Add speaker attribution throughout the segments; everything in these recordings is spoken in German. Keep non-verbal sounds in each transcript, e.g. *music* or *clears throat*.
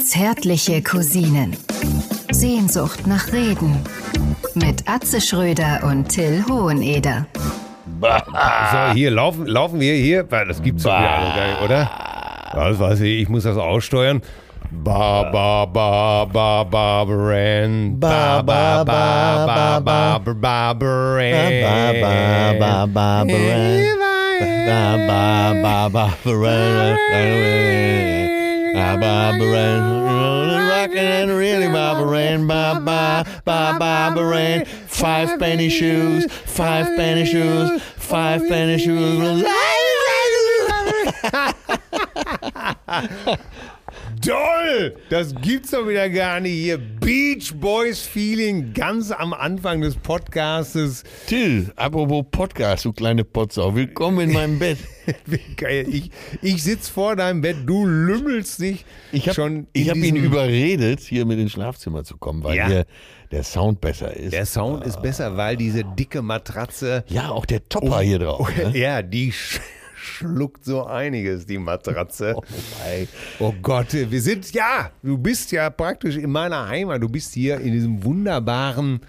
Speaker 1: Zärtliche Cousinen. Sehnsucht nach Reden. Mit Atze Schröder und Till Hoheneder.
Speaker 2: Ah.
Speaker 3: So, hier laufen, laufen wir hier. Bah, Das gibt's doch wieder alle gar nicht, oder? Was weiß ich, ich muss das aussteuern. Ba ba ba ba ba Bren. Ba ba ba ba ba ba Bren.
Speaker 2: Ba, ba, ba, ba, Bren. Ba, ba, ba, ba, Bren. Ba, ba, Bren. Rockin' and really, ba, Bren. Ba, ba, ba, ba, Bren. Five penny shoes, five penny shoes, five penny shoes.
Speaker 3: Doll! Das gibt's doch wieder gar nicht hier. Beach Boys Feeling ganz am Anfang des Podcastes.
Speaker 2: Till, apropos Podcast, du kleine Potsau, willkommen in meinem Bett.
Speaker 3: Wie geil. Ich, ich sitz vor deinem Bett, du lümmelst dich
Speaker 2: Ich habe
Speaker 3: schon. in
Speaker 2: hab ihn
Speaker 3: diesem-
Speaker 2: überredet, hier mit ins Schlafzimmer zu kommen, weil
Speaker 3: Ja.
Speaker 2: hier der Sound besser ist.
Speaker 3: Der Sound ist besser, weil diese dicke Matratze,
Speaker 2: ja, auch der
Speaker 3: Oh,
Speaker 2: Topper hier drauf. Ne?
Speaker 3: ja, die *laughs* sch schluckt so einiges, die Matratze.
Speaker 2: *laughs* Oh mein.
Speaker 3: Oh Gott, wir sind, ja, du bist ja praktisch in meiner Heimat. Du bist hier in diesem wunderbaren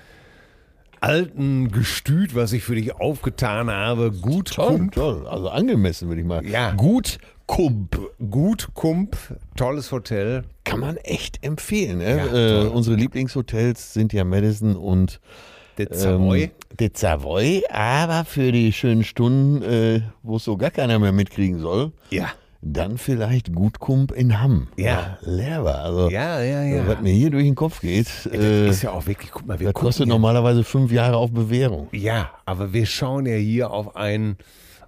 Speaker 3: alten Gestüt, was ich für dich aufgetan habe. Gut
Speaker 2: Toll,
Speaker 3: Kump.
Speaker 2: toll. Also angemessen, würde ich mal.
Speaker 3: Ja.
Speaker 2: Gut Kump.
Speaker 3: Gut Kump, tolles Hotel.
Speaker 2: Kann man echt empfehlen. Ne?
Speaker 3: Ja,
Speaker 2: äh, unsere Lieblingshotels sind ja Madison und
Speaker 3: Der Savoy.
Speaker 2: ähm, De Savoy. Aber für die schönen Stunden, äh, wo es so gar keiner mehr mitkriegen soll,
Speaker 3: ja.
Speaker 2: dann vielleicht Gut Kump in Hamm.
Speaker 3: Ja.
Speaker 2: leer war. Also,
Speaker 3: Ja, ja, ja.
Speaker 2: was mir hier durch den Kopf geht, äh,
Speaker 3: ist ja auch wirklich, guck mal, wir
Speaker 2: das
Speaker 3: gucken
Speaker 2: kostet
Speaker 3: hier-
Speaker 2: normalerweise fünf Jahre auf Bewährung.
Speaker 3: Ja, aber wir schauen ja hier auf ein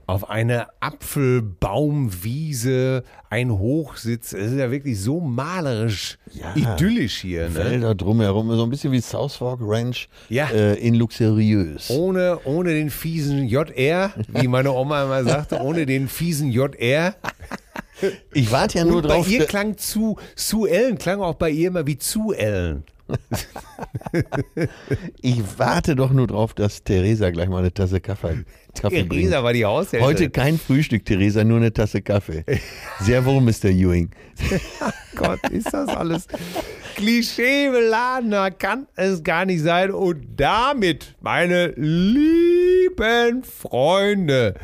Speaker 3: auf eine Apfelbaumwiese, ein Hochsitz. Es ist ja wirklich so malerisch,
Speaker 2: Ja.
Speaker 3: idyllisch hier. Ne?
Speaker 2: Wälder drumherum, so ein bisschen wie South Fork Ranch
Speaker 3: Ja. Oh,
Speaker 2: äh, in luxuriös.
Speaker 3: Ohne, ohne den fiesen JR, wie meine Oma immer sagte, ohne den fiesen JR.
Speaker 2: Ich warte ja nur
Speaker 3: Und bei
Speaker 2: drauf.
Speaker 3: ihr
Speaker 2: da-
Speaker 3: klang zu, zu Ellen, klang auch bei ihr immer wie zu Ellen.
Speaker 2: Ich warte doch nur drauf, dass Theresa gleich mal eine Tasse Kaffee, Kaffee bringt.
Speaker 3: Theresa war die Haushälterin.
Speaker 2: Heute kein Frühstück, Theresa, nur eine
Speaker 3: *laughs*
Speaker 2: Tasse Kaffee. Sehr wohl, Mr. Ewing.
Speaker 3: Gott, ist das alles klischeebeladener, kann es gar nicht sein. Und damit, meine lieben Freunde,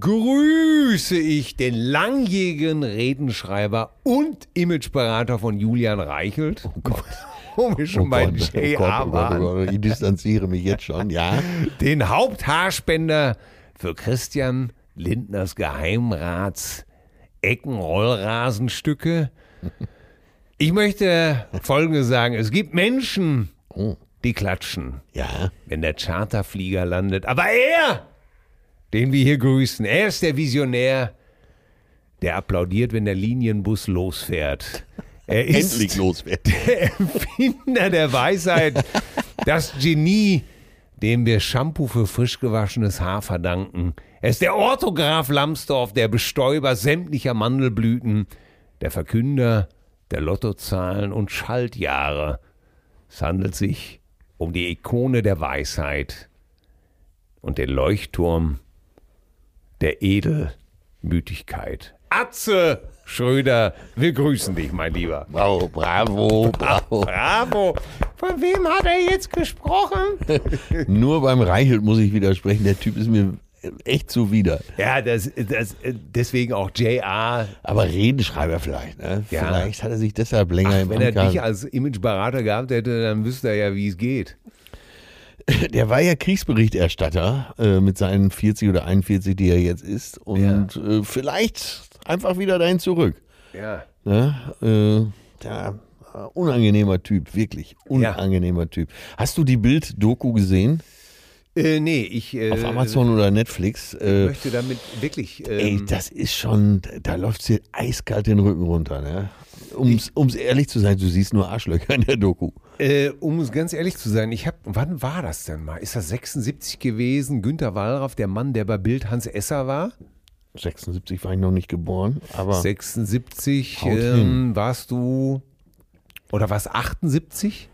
Speaker 3: grüße ich den langjährigen Redenschreiber und Imageberater von Julian Reichelt. Oh Gott. Wo wir
Speaker 2: Oh
Speaker 3: schon bei JR waren.
Speaker 2: Gott, ich distanziere mich jetzt schon, ja.
Speaker 3: Den Haupthaarspender für Christian Lindners Geheimrats Eckenrollrasenstücke. Ich möchte Folgendes sagen. Es gibt Menschen,
Speaker 2: Oh,
Speaker 3: die klatschen,
Speaker 2: ja.
Speaker 3: wenn der Charterflieger landet. Aber er, den wir hier grüßen, er ist der Visionär, der applaudiert, wenn der Linienbus losfährt. Er ist
Speaker 2: Endlich loswerden.
Speaker 3: Erfinder der Weisheit, das Genie, dem wir Shampoo für frisch gewaschenes Haar verdanken. Er ist der Orthograf Lambsdorff, der Bestäuber sämtlicher Mandelblüten, der Verkünder der Lottozahlen und Schaltjahre. Es handelt sich um die Ikone der Weisheit und den Leuchtturm der Edelmütigkeit. Atze Schröder, wir grüßen dich, mein Lieber.
Speaker 2: Bravo, bravo,
Speaker 3: *laughs*
Speaker 2: bravo.
Speaker 3: Bravo. Von wem hat er jetzt gesprochen?
Speaker 2: Nur beim Reichelt muss ich widersprechen. Der Typ ist mir echt zuwider.
Speaker 3: Ja, das, das, deswegen auch JR.
Speaker 2: Aber Redenschreiber vielleicht, ne?
Speaker 3: Ja.
Speaker 2: Vielleicht hat er sich deshalb länger im
Speaker 3: Wenn er
Speaker 2: Anker-
Speaker 3: dich als Imageberater gehabt hätte, dann wüsste er ja, wie es geht.
Speaker 2: Der war ja Kriegsberichterstatter äh, mit seinen 40 oder 41, die er jetzt ist. Und äh, vielleicht einfach wieder dahin zurück.
Speaker 3: Ja.
Speaker 2: Ne? Äh, der, äh, unangenehmer Typ, wirklich. Unangenehmer Typ. Hast du die Bild-Doku gesehen?
Speaker 3: Äh, nee, ich äh,
Speaker 2: Auf Amazon oder Netflix? Äh,
Speaker 3: möchte damit wirklich.
Speaker 2: ey,
Speaker 3: Ähm,
Speaker 2: das ist schon, da läuft dir eiskalt den Rücken runter. Ne? Um's, um's ehrlich zu sein, du siehst nur Arschlöcher in der Doku.
Speaker 3: äh, um es ganz ehrlich zu sein, ich habe, wann war das denn mal? Ist das 76 gewesen? Günther Wallraff, der Mann, der bei Bild Hans Esser war?
Speaker 2: 76 war ich noch nicht geboren, aber
Speaker 3: 76
Speaker 2: Haut
Speaker 3: ähm, warst du. Oder warst 78?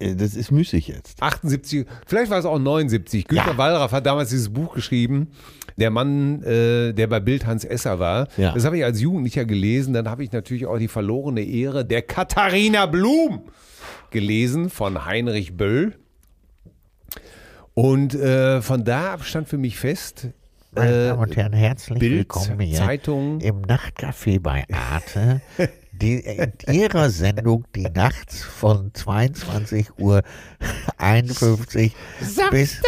Speaker 2: Äh, Das ist müßig jetzt.
Speaker 3: 78, vielleicht war es auch 79. Günter
Speaker 2: Ja.
Speaker 3: Wallraff hat damals dieses Buch geschrieben, der Mann, äh, der bei Bild Hans Esser war.
Speaker 2: Ja.
Speaker 3: Das habe ich als Jugendlicher gelesen. Dann habe ich natürlich auch die verlorene Ehre der Katharina Blum gelesen von Heinrich Böll. Und äh, von da ab stand für mich fest, äh,
Speaker 4: Meine Damen und Herren, herzlich
Speaker 3: Bild,
Speaker 4: willkommen hier
Speaker 3: Zeitung.
Speaker 4: im Nachtcafé bei Arte. Die, in ihrer Sendung, die nachts von 22 Uhr 51 bis,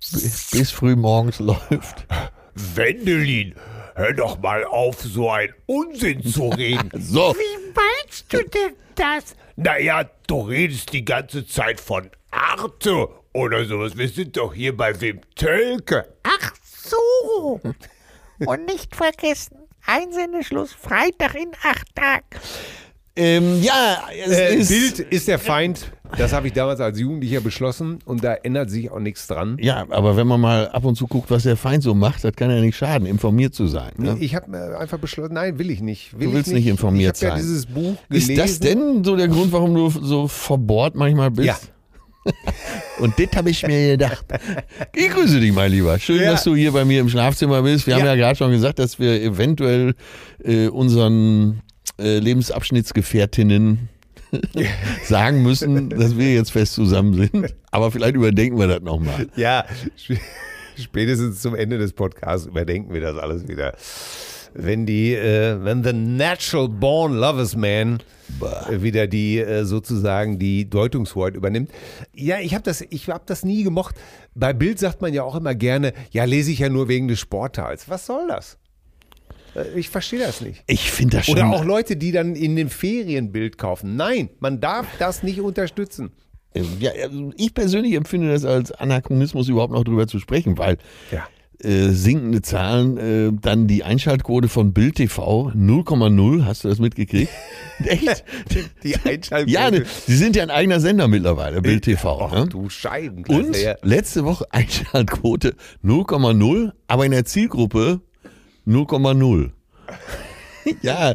Speaker 4: bis früh morgens läuft.
Speaker 3: Wendelin, hör doch mal auf, so ein Unsinn zu reden.
Speaker 2: *laughs* So,
Speaker 5: Meinst du denn das?
Speaker 3: Naja, du redest die ganze Zeit von Arte oder sowas. Wir sind doch hier bei Wim Tölke.
Speaker 5: Ach so. Und nicht vergessen, Einsendeschluss Freitag in acht Tagen.
Speaker 2: ähm, ja, es
Speaker 3: Äh,
Speaker 2: ist.
Speaker 3: Bild ist der Feind. Das habe ich damals als Jugendlicher beschlossen und da ändert sich auch nichts dran.
Speaker 2: Ja, aber wenn man mal ab und zu guckt, was der Feind so macht, das kann ja nicht schaden, informiert zu sein. Ne?
Speaker 3: Ich habe mir einfach beschlossen, nein, will ich nicht. Will
Speaker 2: Du
Speaker 3: ich
Speaker 2: willst nicht informiert
Speaker 3: ich Ich habe
Speaker 2: sein.
Speaker 3: ja dieses Buch gelesen.
Speaker 2: Ist das denn so der Grund, warum du so verbohrt manchmal bist? *laughs*
Speaker 3: Ja.
Speaker 2: Und das habe ich mir gedacht. Ich grüße dich, mein Lieber. Schön,
Speaker 3: Ja.
Speaker 2: dass du hier bei mir im Schlafzimmer bist. Wir haben
Speaker 3: Ja.
Speaker 2: ja gerade schon gesagt, dass wir eventuell äh, unseren äh, *laughs* Lebensabschnittsgefährtinnen sagen müssen, dass wir jetzt fest zusammen sind. Aber vielleicht überdenken wir das nochmal.
Speaker 3: Ja, sp- *laughs* spätestens zum Ende des Podcasts überdenken wir das alles wieder. Wenn die, äh, wenn The Natural Born Lovers Man äh, wieder die äh, sozusagen die Deutungshoheit übernimmt. Ja, ich habe das, ich habe das nie gemocht. Bei Bild sagt man ja auch immer gerne, ja lese ich ja nur wegen des Sportteils. Was soll das? Äh, Ich verstehe das nicht.
Speaker 2: Ich finde das schon.
Speaker 3: Oder auch Leute, die dann in den Ferien Bild kaufen. Nein, man darf das nicht unterstützen.
Speaker 2: ähm, Ja, also ich persönlich empfinde das als Anachronismus, überhaupt noch drüber zu sprechen, weil
Speaker 3: Ja.
Speaker 2: äh, sinkende Zahlen, äh, dann die Einschaltquote von Bild TV 0,0, hast du
Speaker 3: *laughs*
Speaker 2: das mitgekriegt? Echt?
Speaker 3: Die Einschaltquote.
Speaker 2: *laughs* ja, ne, die sind ja ein eigener Sender mittlerweile, Bild TV.
Speaker 3: Ach
Speaker 2: ne?
Speaker 3: du Scheibenklasse.
Speaker 2: Und
Speaker 3: ja.
Speaker 2: letzte Woche *laughs* Einschaltquote 0,0, aber in der Zielgruppe 0,0. *laughs* ja,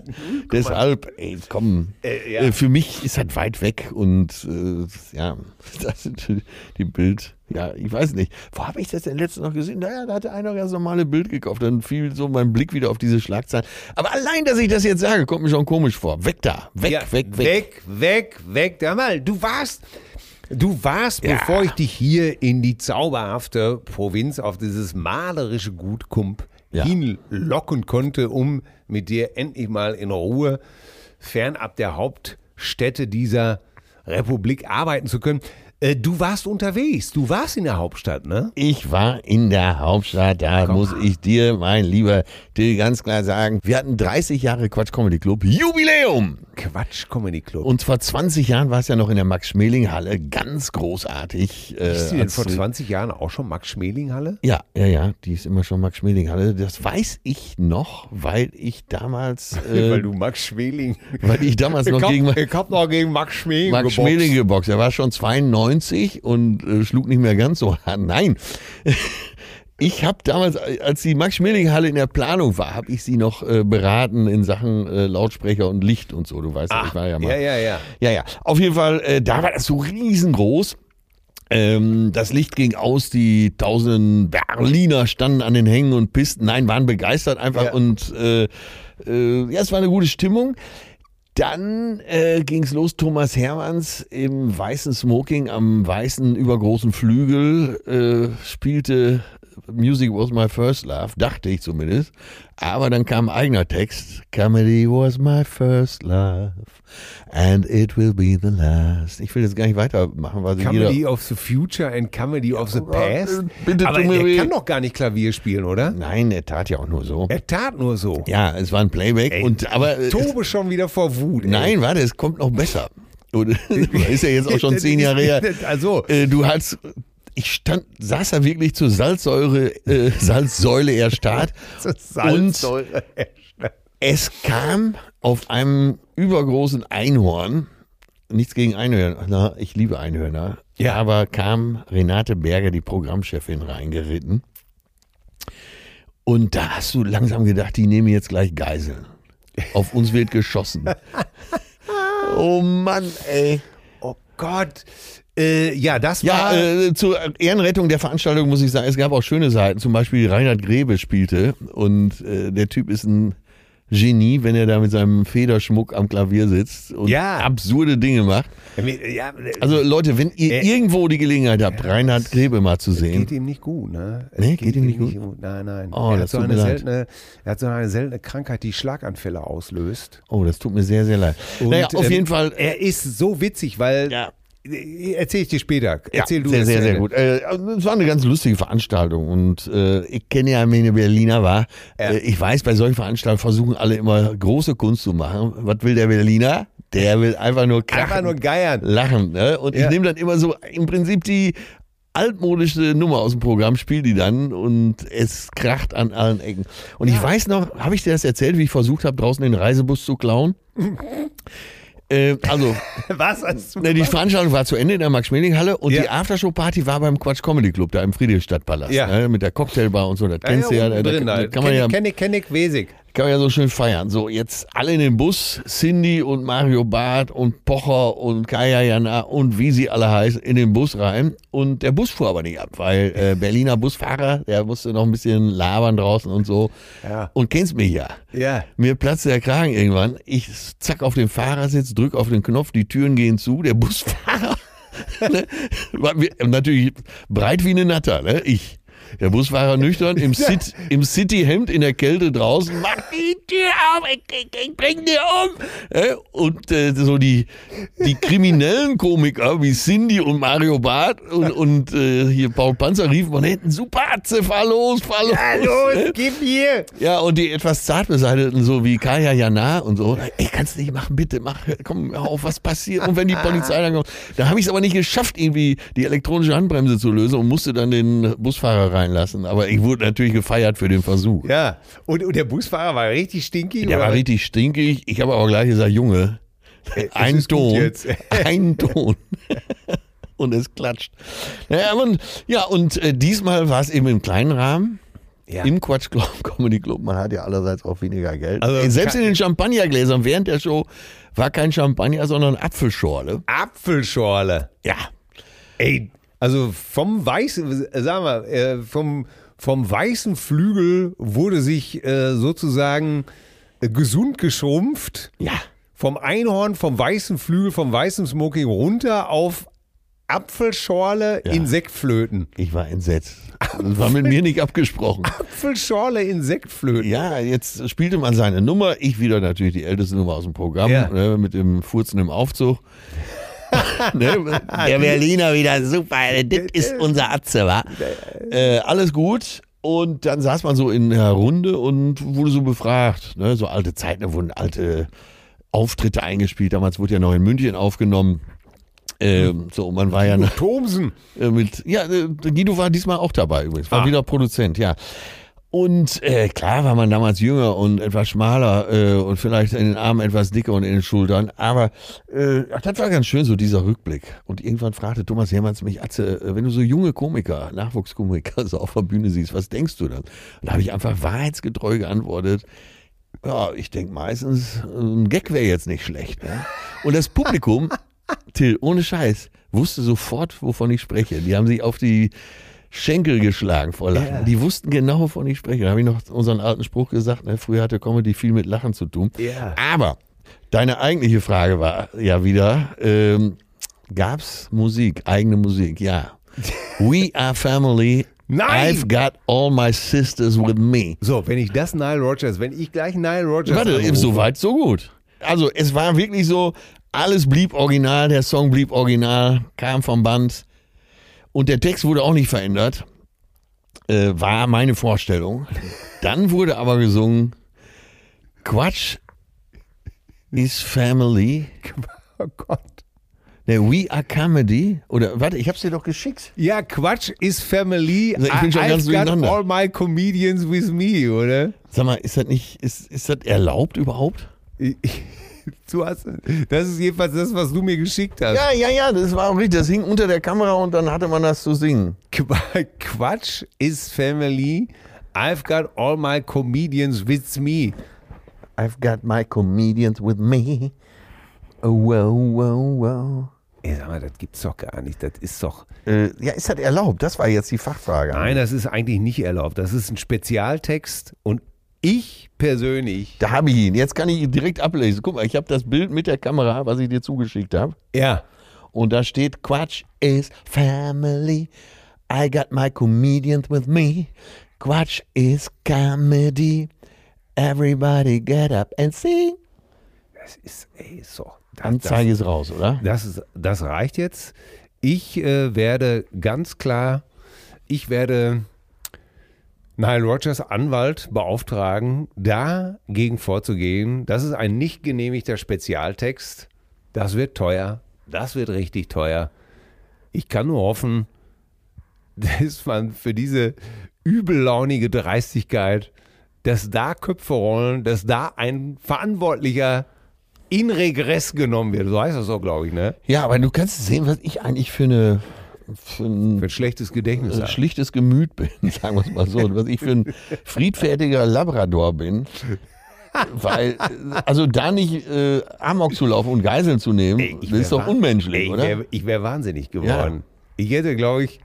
Speaker 2: deshalb, ey, komm,
Speaker 3: Äh, ja.
Speaker 2: äh, für mich ist das weit weg und äh, ja, *laughs* das sind die Bild, ja, ich weiß nicht, wo habe ich das denn letztens noch gesehen? Naja, da hatte einer ganz normale Bild gekauft, dann fiel so mein Blick wieder auf diese Schlagzeilen. Aber allein, dass ich das jetzt sage, kommt mir schon komisch vor. Weg da, weg,
Speaker 3: Ja,
Speaker 2: weg, weg.
Speaker 3: weg, weg, weg. Da mal, du warst, du warst, bevor ich dich hier in die zauberhafte Provinz auf dieses malerische Gut Kump
Speaker 2: Ja.
Speaker 3: hinlocken konnte, um mit dir endlich mal in Ruhe fernab der Hauptstädte dieser Republik arbeiten zu können. Äh, Du warst unterwegs, du warst in der Hauptstadt, ne?
Speaker 2: Ich war in der Hauptstadt, da muss ich dir, mein lieber Till, ganz klar sagen, wir hatten 30 Jahre Quatsch Comedy Club Jubiläum.
Speaker 3: Quatsch Comedy Club.
Speaker 2: Und vor 20 Jahren war es ja noch in der Max-Schmeling-Halle, ganz großartig. äh,
Speaker 3: Bist du denn
Speaker 2: als-
Speaker 3: vor 20 Jahren auch schon Max Schmeling Halle?
Speaker 2: Ja, ja, ja, die ist immer schon Max-Schmeling-Halle. Das weiß ich noch, weil ich damals, äh, weil,
Speaker 3: *laughs* Weil du Max Schmeling.
Speaker 2: ich damals noch
Speaker 3: ich, hab,
Speaker 2: gegen Ma-
Speaker 3: ich hab noch gegen Max Schmeling
Speaker 2: Max
Speaker 3: geboxt.
Speaker 2: Schmeling geboxt. Er war schon 92 und äh, schlug nicht mehr ganz so hart. Nein. *laughs* Ich habe damals, als die Max-Schmeling-Halle in der Planung war, habe ich sie noch äh, beraten in Sachen äh, Lautsprecher und Licht und so. Du weißt, ja, ich war ja mal.
Speaker 3: Ja, ja, ja.
Speaker 2: Ja, ja. Auf jeden Fall, äh, da war das so riesengroß. Ähm, das Licht ging aus, die tausenden Berliner standen an den Hängen und Pisten. Nein, waren begeistert einfach
Speaker 3: Ja.
Speaker 2: und äh, äh, ja, es war eine gute Stimmung. Dann äh, ging's los, Thomas Hermanns im weißen Smoking am weißen übergroßen Flügel äh, spielte Music was my first love, dachte ich zumindest. Aber dann kam eigener Text, Comedy was my first love and it will be the last. Ich will jetzt gar nicht weitermachen, weil jeder...
Speaker 3: Comedy of the Future and Comedy of the Past.
Speaker 2: Bitte
Speaker 3: Aber
Speaker 2: tu mir
Speaker 3: er
Speaker 2: weh.
Speaker 3: kann doch gar nicht Klavier spielen, oder?
Speaker 2: Nein, er tat ja auch nur so.
Speaker 3: Er tat nur so.
Speaker 2: Ja, es war ein Playback und aber äh, es,
Speaker 3: Tobe schon wieder vor Wut. ey.
Speaker 2: nein, warte, es kommt noch besser. *laughs* Oder, ist ja jetzt auch schon zehn Jahre her.
Speaker 3: Also,
Speaker 2: Äh, du hast, ich stand, saß da wirklich zur Salzsäure, äh, Salzsäule *laughs* erstarrt.
Speaker 3: Salzsäure.
Speaker 2: Es kam auf einem übergroßen Einhorn, nichts gegen Einhörner, ich liebe Einhörner, ja. aber kam Renate Berger, die Programmchefin, reingeritten. Und da hast du langsam gedacht, die nehmen jetzt gleich Geiseln. Auf uns wird geschossen.
Speaker 6: Oh Mann, ey.
Speaker 3: Oh Gott. Äh, ja, das
Speaker 2: Ja,
Speaker 3: war.
Speaker 2: äh, zur Ehrenrettung der Veranstaltung muss ich sagen, es gab auch schöne Seiten. Zum Beispiel Reinhard Grebe spielte und äh, der Typ ist ein Genie, wenn er da mit seinem Federschmuck am Klavier sitzt und
Speaker 3: Ja.
Speaker 2: absurde Dinge macht.
Speaker 3: ja, äh,
Speaker 2: Also Leute, wenn ihr
Speaker 3: Äh,
Speaker 2: irgendwo die Gelegenheit habt, Reinhard Grebe mal zu sehen.
Speaker 3: Geht ihm nicht gut, ne? Es
Speaker 2: Nee, geht ihm nicht gut?
Speaker 3: Nein, nein.
Speaker 2: Oh,
Speaker 3: er, hat
Speaker 2: das
Speaker 3: so
Speaker 2: tut
Speaker 3: eine
Speaker 2: mir leid.
Speaker 3: seltene, er hat so eine seltene Krankheit, die Schlaganfälle auslöst.
Speaker 2: Oh, das tut mir sehr, sehr leid. naja, auf
Speaker 3: ähm,
Speaker 2: jeden Fall. äh,
Speaker 3: Er ist so witzig, weil. Äh,
Speaker 2: Ja.
Speaker 3: Erzähl ich dir später. Erzähl
Speaker 2: ja,
Speaker 3: du
Speaker 2: sehr,
Speaker 3: das
Speaker 2: sehr,
Speaker 3: zu
Speaker 2: sehr
Speaker 3: Ende.
Speaker 2: gut. Äh, Es war eine ganz lustige Veranstaltung und äh, ich kenne ja meine Berliner war. Äh, ich weiß, bei solchen Veranstaltungen versuchen alle immer große Kunst zu machen. Was will der Berliner? Der will einfach nur krachen,
Speaker 3: Einfach nur geiern. *laughs*
Speaker 2: lachen. Ne? Und
Speaker 3: Ja.
Speaker 2: ich nehme dann immer so im Prinzip die altmodische Nummer aus dem Programm, spiele die dann und es kracht an allen Ecken. Und ich weiß noch, habe ich dir das erzählt, wie ich versucht habe, draußen den Reisebus
Speaker 3: *laughs*
Speaker 2: zu klauen? äh, also
Speaker 3: Was hast du
Speaker 2: Ne, die Veranstaltung war zu Ende in der Max-Schmeling-Halle und
Speaker 3: Ja.
Speaker 2: die Aftershow-Party war beim Quatsch Comedy Club, da im Friedrichstadtpalast.
Speaker 3: Ja.
Speaker 2: Ne, mit der Cocktailbar und so, das kennst du ja. Da,
Speaker 3: drin,
Speaker 2: da,
Speaker 3: da,
Speaker 2: da kann, man ja kann
Speaker 3: Kenn ich, kenn ich, Wesig.
Speaker 2: man ja so schön feiern. So, jetzt alle in den Bus, Cindy und Mario Barth und Pocher und Kaya Jana und wie sie alle heißen, in den Bus rein. Und der Bus fuhr aber nicht ab, weil äh, Berliner Busfahrer, der musste noch ein bisschen labern draußen und so.
Speaker 3: Ja.
Speaker 2: Und kennst mich ja.
Speaker 3: Ja.
Speaker 2: Mir platzt der Kragen irgendwann. Ich zack auf den Fahrersitz, drück auf den Knopf, die Türen gehen zu, der *laughs* Busfahrer. ne, war mir- natürlich breit wie eine Natter, ne? Ich. Der Busfahrer nüchtern im, Sit, im Cityhemd in der Kälte draußen. Mach die Tür auf, ich, ich, ich bring dir um. Ne? Und äh, so die, die kriminellen Komiker wie Cindy und Mario Barth und, und äh, hier Paul Panzer riefen von hinten, super Atze, fahr los, fahr los. *laughs*
Speaker 3: Los, gib hier.
Speaker 2: Ja, und die etwas zart beseiteten, so wie Kaya Jana und so, ey, kannst du nicht machen, bitte, mach, komm, hör auf, was passiert? Und wenn die Polizei dann kommt, da habe ich es aber nicht geschafft, irgendwie die elektronische Handbremse zu lösen und musste dann den Busfahrer reinlassen. Aber ich wurde natürlich gefeiert für den Versuch.
Speaker 3: Ja. Und, und der Busfahrer war richtig stinkig.
Speaker 2: Der
Speaker 3: oder
Speaker 2: war
Speaker 3: was?
Speaker 2: richtig stinkig. Ich habe aber gleich gesagt, Junge,
Speaker 3: es
Speaker 2: ein
Speaker 3: ist gut
Speaker 2: Ton,
Speaker 3: jetzt. *laughs*
Speaker 2: ein Ton. Und es klatscht. Naja, und, ja, und äh, diesmal war es eben im kleinen Rahmen.
Speaker 3: Ja.
Speaker 2: Im Quatsch Club, *laughs* Comedy Club, man hat ja allerseits auch weniger Geld.
Speaker 3: Also
Speaker 2: Ey, Selbst
Speaker 3: kein-
Speaker 2: in den Champagnergläsern während der Show war kein Champagner, sondern Apfelschorle.
Speaker 3: Apfelschorle.
Speaker 2: Ja.
Speaker 3: Ey, also vom weißen, sagen wir, äh, vom, vom weißen Flügel wurde sich äh, sozusagen äh, gesund geschrumpft.
Speaker 2: Ja.
Speaker 3: Vom Einhorn, vom weißen Flügel, vom weißen Smoking runter auf Apfelschorle in Sektflöten.
Speaker 2: Ich war entsetzt. Das war mit mir nicht abgesprochen.
Speaker 3: Apfelschorle in Sektflöten.
Speaker 2: Ja, jetzt spielte man seine Nummer. Ich wieder natürlich die älteste Nummer aus dem Programm,
Speaker 3: Ja.
Speaker 2: ne, mit dem Furzen im *laughs* Aufzug. ne, der Berliner wieder super. also Das ist unser Atze, wa? Äh, alles gut. Und dann saß man so in einer Runde und wurde so befragt. Ne? So alte Zeiten, da wurden alte Auftritte eingespielt. Damals wurde ja noch in München aufgenommen. Ähm, so, man war ja
Speaker 3: Thomsen.
Speaker 2: äh, mit, ja, äh, Guido war diesmal auch dabei übrigens, war wieder Produzent, ja. Und äh, klar war man damals jünger und etwas schmaler äh, und vielleicht in den Armen etwas dicker und in den Schultern, aber äh, ach, das war ganz schön so dieser Rückblick. Und irgendwann fragte Thomas Hermanns mich, Atze, äh, wenn du so junge Komiker, Nachwuchskomiker so auf der Bühne siehst, was denkst du dann? Und da habe ich einfach wahrheitsgetreu geantwortet, ja, ich denke meistens, äh, ein Gag wäre jetzt nicht schlecht. Ne? Und
Speaker 3: *laughs*
Speaker 2: das Publikum, Till, ohne Scheiß, wusste sofort, wovon ich spreche. Die haben sich auf die Schenkel geschlagen vor Lachen. Die wussten genau, wovon ich spreche. Da habe ich noch unseren alten Spruch gesagt, ne? früher hatte Comedy viel mit Lachen zu tun.
Speaker 3: Ja.
Speaker 2: Aber deine eigentliche Frage war ja wieder, ähm, gab es Musik, eigene
Speaker 3: *laughs*
Speaker 2: Musik? Ja. We are family.
Speaker 3: Nein!
Speaker 2: I've got all my sisters with me.
Speaker 3: So, wenn ich das Nile Rogers, wenn ich gleich Nile Rogers.
Speaker 2: Warte,
Speaker 3: anrufe-
Speaker 2: so weit, so gut. oh. Also es war wirklich so, alles blieb original, der Song blieb original, kam vom Band und der Text wurde auch nicht verändert. Äh, war meine *laughs* Vorstellung. Dann wurde aber gesungen, Quatsch is family.
Speaker 3: Oh Gott.
Speaker 2: Ne, we are comedy. Oder warte, ich hab's dir doch geschickt.
Speaker 3: Ja, Quatsch ist Family.
Speaker 2: Also ich bin schon
Speaker 3: I've
Speaker 2: ganz
Speaker 3: got
Speaker 2: durcheinander.
Speaker 3: all my comedians with me, oder?
Speaker 2: Sag mal, ist das nicht, ist, ist das erlaubt überhaupt?
Speaker 3: Ich- ich- Du hast, das ist jedenfalls das, was du mir geschickt hast.
Speaker 2: Ja, ja, ja, das war auch richtig. Das hing unter der Kamera und dann hatte man das zu singen.
Speaker 3: Qu- Quatsch is Family. I've got all my comedians with me.
Speaker 2: I've got my comedians with me. Oh, wow, wow, wow.
Speaker 3: Ey, sag mal, das gibt's doch gar nicht. Das ist doch.
Speaker 2: Äh, ja, ist das erlaubt? Das war jetzt die Fachfrage.
Speaker 3: Nein, das ist eigentlich nicht erlaubt. Das ist ein Spezialtext und ich persönlich.
Speaker 2: Da habe ich ihn. Jetzt kann ich ihn direkt ablesen. Guck mal, ich habe das Bild mit der Kamera, was ich dir zugeschickt habe.
Speaker 3: Ja.
Speaker 2: Und da steht Quatsch is family. I got my comedians with me. Quatsch is comedy. Everybody get up and sing.
Speaker 3: Das ist, ey, ist doch. Das,
Speaker 2: Anzeige ist raus, oder?
Speaker 3: Das, ist, das reicht jetzt. Ich äh, werde ganz klar, ich werde Nile Rogers Anwalt beauftragen, dagegen vorzugehen. Das ist ein nicht genehmigter Spezialtext. Das wird teuer. Das wird richtig teuer. Ich kann nur hoffen, *laughs* dass man für diese übellaunige Dreistigkeit, dass da Köpfe rollen, dass da ein Verantwortlicher in Regress genommen wird. So heißt das auch, glaube ich, ne?
Speaker 2: Ja, aber du kannst sehen, was ich eigentlich für eine für ein
Speaker 3: Für ein schlechtes Gedächtnis.
Speaker 2: äh,
Speaker 3: haben.
Speaker 2: schlichtes Gemüt bin, *laughs* sagen wir es mal so, und was ich
Speaker 3: *laughs*
Speaker 2: für ein friedfertiger Labrador bin. Weil, äh, also da nicht äh, Amok zu laufen und Geiseln zu nehmen,
Speaker 3: Ey, ich
Speaker 2: das
Speaker 3: wär
Speaker 2: ist doch
Speaker 3: wah- Ey,
Speaker 2: unmenschlich,
Speaker 3: ich
Speaker 2: oder?
Speaker 3: Wär, ich wäre wahnsinnig geworden. Ich hätte, glaube ich,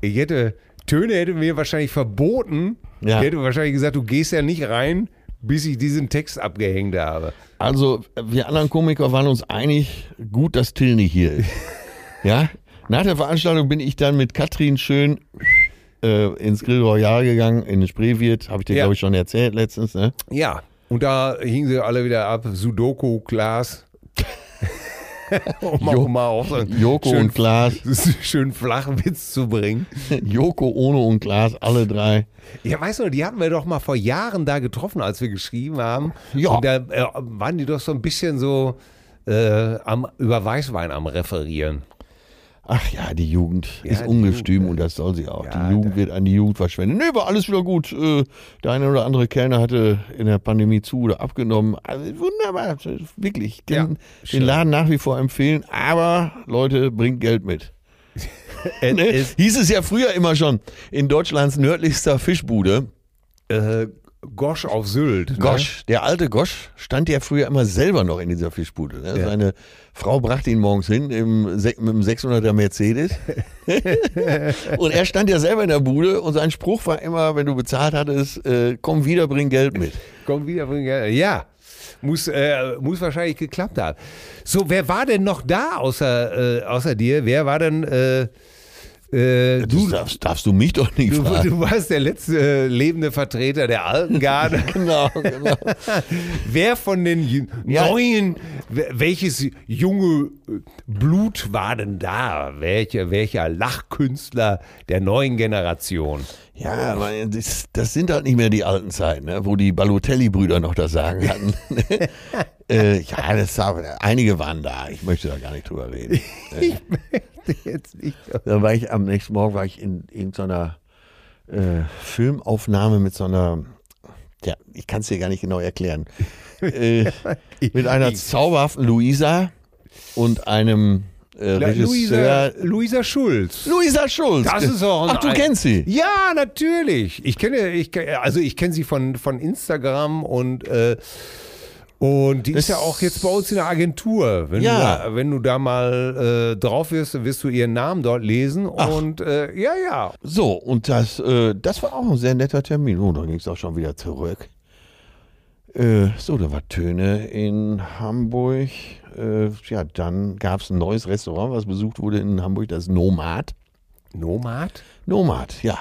Speaker 3: ich hätte, Töne hätte mir wahrscheinlich verboten.
Speaker 2: Ja.
Speaker 3: Ich hätte wahrscheinlich gesagt, du gehst ja nicht rein, bis ich diesen Text abgehängt habe.
Speaker 2: Also, wir anderen Komiker waren uns einig, gut, dass Till nicht
Speaker 3: *laughs*
Speaker 2: hier ist. ja? Nach der Veranstaltung bin ich dann mit Katrin schön äh, ins Grill Royal gegangen, in den Spreewirt, habe ich dir,
Speaker 3: Ja.
Speaker 2: glaube ich, schon erzählt letztens. Ne?
Speaker 3: Ja. Und da hingen sie alle wieder ab. Sudoku,
Speaker 2: *laughs*
Speaker 3: Klaas. *laughs* um auch mal auf so einen
Speaker 2: Joko
Speaker 3: schönen- *laughs*
Speaker 2: und Klaas,
Speaker 3: schönen flachen Witz zu bringen.
Speaker 2: Joko, Ono und Klaas, alle drei.
Speaker 3: Ja, weißt du, die hatten wir doch mal vor Jahren da getroffen, als wir geschrieben haben.
Speaker 2: Ja.
Speaker 3: Und da äh, waren die doch so ein bisschen so äh, am, über Weißwein am Referieren.
Speaker 2: Ach ja, die Jugend
Speaker 3: Ja,
Speaker 2: ist
Speaker 3: die
Speaker 2: ungestüm
Speaker 3: Jugend,
Speaker 2: und das soll sie auch.
Speaker 3: Ja,
Speaker 2: die Jugend wird an die Jugend verschwendet. Nö, war alles wieder gut. Äh, Der eine oder andere Kellner hatte in der Pandemie zu oder abgenommen. Also wunderbar, wirklich.
Speaker 3: Ja,
Speaker 2: Den,
Speaker 3: schön.
Speaker 2: den Laden nach wie vor empfehlen. Aber Leute, bringt Geld mit.
Speaker 3: *laughs* Es
Speaker 2: Ne?
Speaker 3: ist
Speaker 2: Hieß es ja früher immer schon. In Deutschlands nördlichster Fischbude.
Speaker 3: äh, Gosch auf Sylt. ne?
Speaker 2: Gosch, der alte Gosch, stand ja früher immer selber noch in dieser Fischbude. Ne? Seine Frau brachte ihn morgens hin im, Se- mit dem 600er Mercedes. und er stand ja selber in der Bude und sein Spruch war immer, wenn du bezahlt hattest, äh, komm wieder, bring Geld mit.
Speaker 3: Ne? Komm wieder, bring Geld. Ja. Muss, äh, muss wahrscheinlich geklappt haben. So, wer war denn noch da außer, äh, außer dir? Wer war denn äh, äh,
Speaker 2: Du
Speaker 3: du?
Speaker 2: darfst, darfst du mich doch nicht
Speaker 3: Du,
Speaker 2: fragen.
Speaker 3: du warst der letzte äh, lebende Vertreter der alten Garde.
Speaker 2: *laughs* Genau, genau.
Speaker 3: Wer von den Ju-
Speaker 2: Ja.
Speaker 3: neuen, we- welches junge äh, Blut war denn da? Welche, welcher Lachkünstler der neuen Generation?
Speaker 2: Ja, aber das, das sind halt nicht mehr die alten Zeiten, ne? wo die Balotelli-Brüder noch das Sagen hatten. äh, ja, das, war- einige waren da. Ich möchte da gar nicht drüber reden.
Speaker 3: *laughs* Jetzt nicht.
Speaker 2: Da war ich am nächsten Morgen war ich in irgendeiner äh, Filmaufnahme mit so einer, ja, ich kann es dir gar nicht genau erklären, äh, mit einer zauberhaften Luisa und einem äh,
Speaker 3: Luisa,
Speaker 2: Regisseur.
Speaker 3: Luisa Schulz.
Speaker 2: Luisa Schulz.
Speaker 3: Das ist doch ein
Speaker 2: Ach, du
Speaker 3: Ei-
Speaker 2: kennst sie.
Speaker 3: Ja, natürlich. Ich kenne, ich, ke- also ich kenne sie von, von Instagram und, äh, und die ist ja auch jetzt bei uns in der Agentur. Wenn,
Speaker 2: Ja.
Speaker 3: du, da, wenn du da mal äh, drauf wirst, wirst du ihren Namen dort lesen. Und äh, ja, ja.
Speaker 2: So, und das, äh, das war auch ein sehr netter Termin. Oh, dann ging es auch schon wieder zurück. Äh, so, da war Töne in Hamburg. Äh, ja, dann gab es ein neues Restaurant, was besucht wurde in Hamburg, das Nomad.
Speaker 3: Nomad?
Speaker 2: Nomad, ja.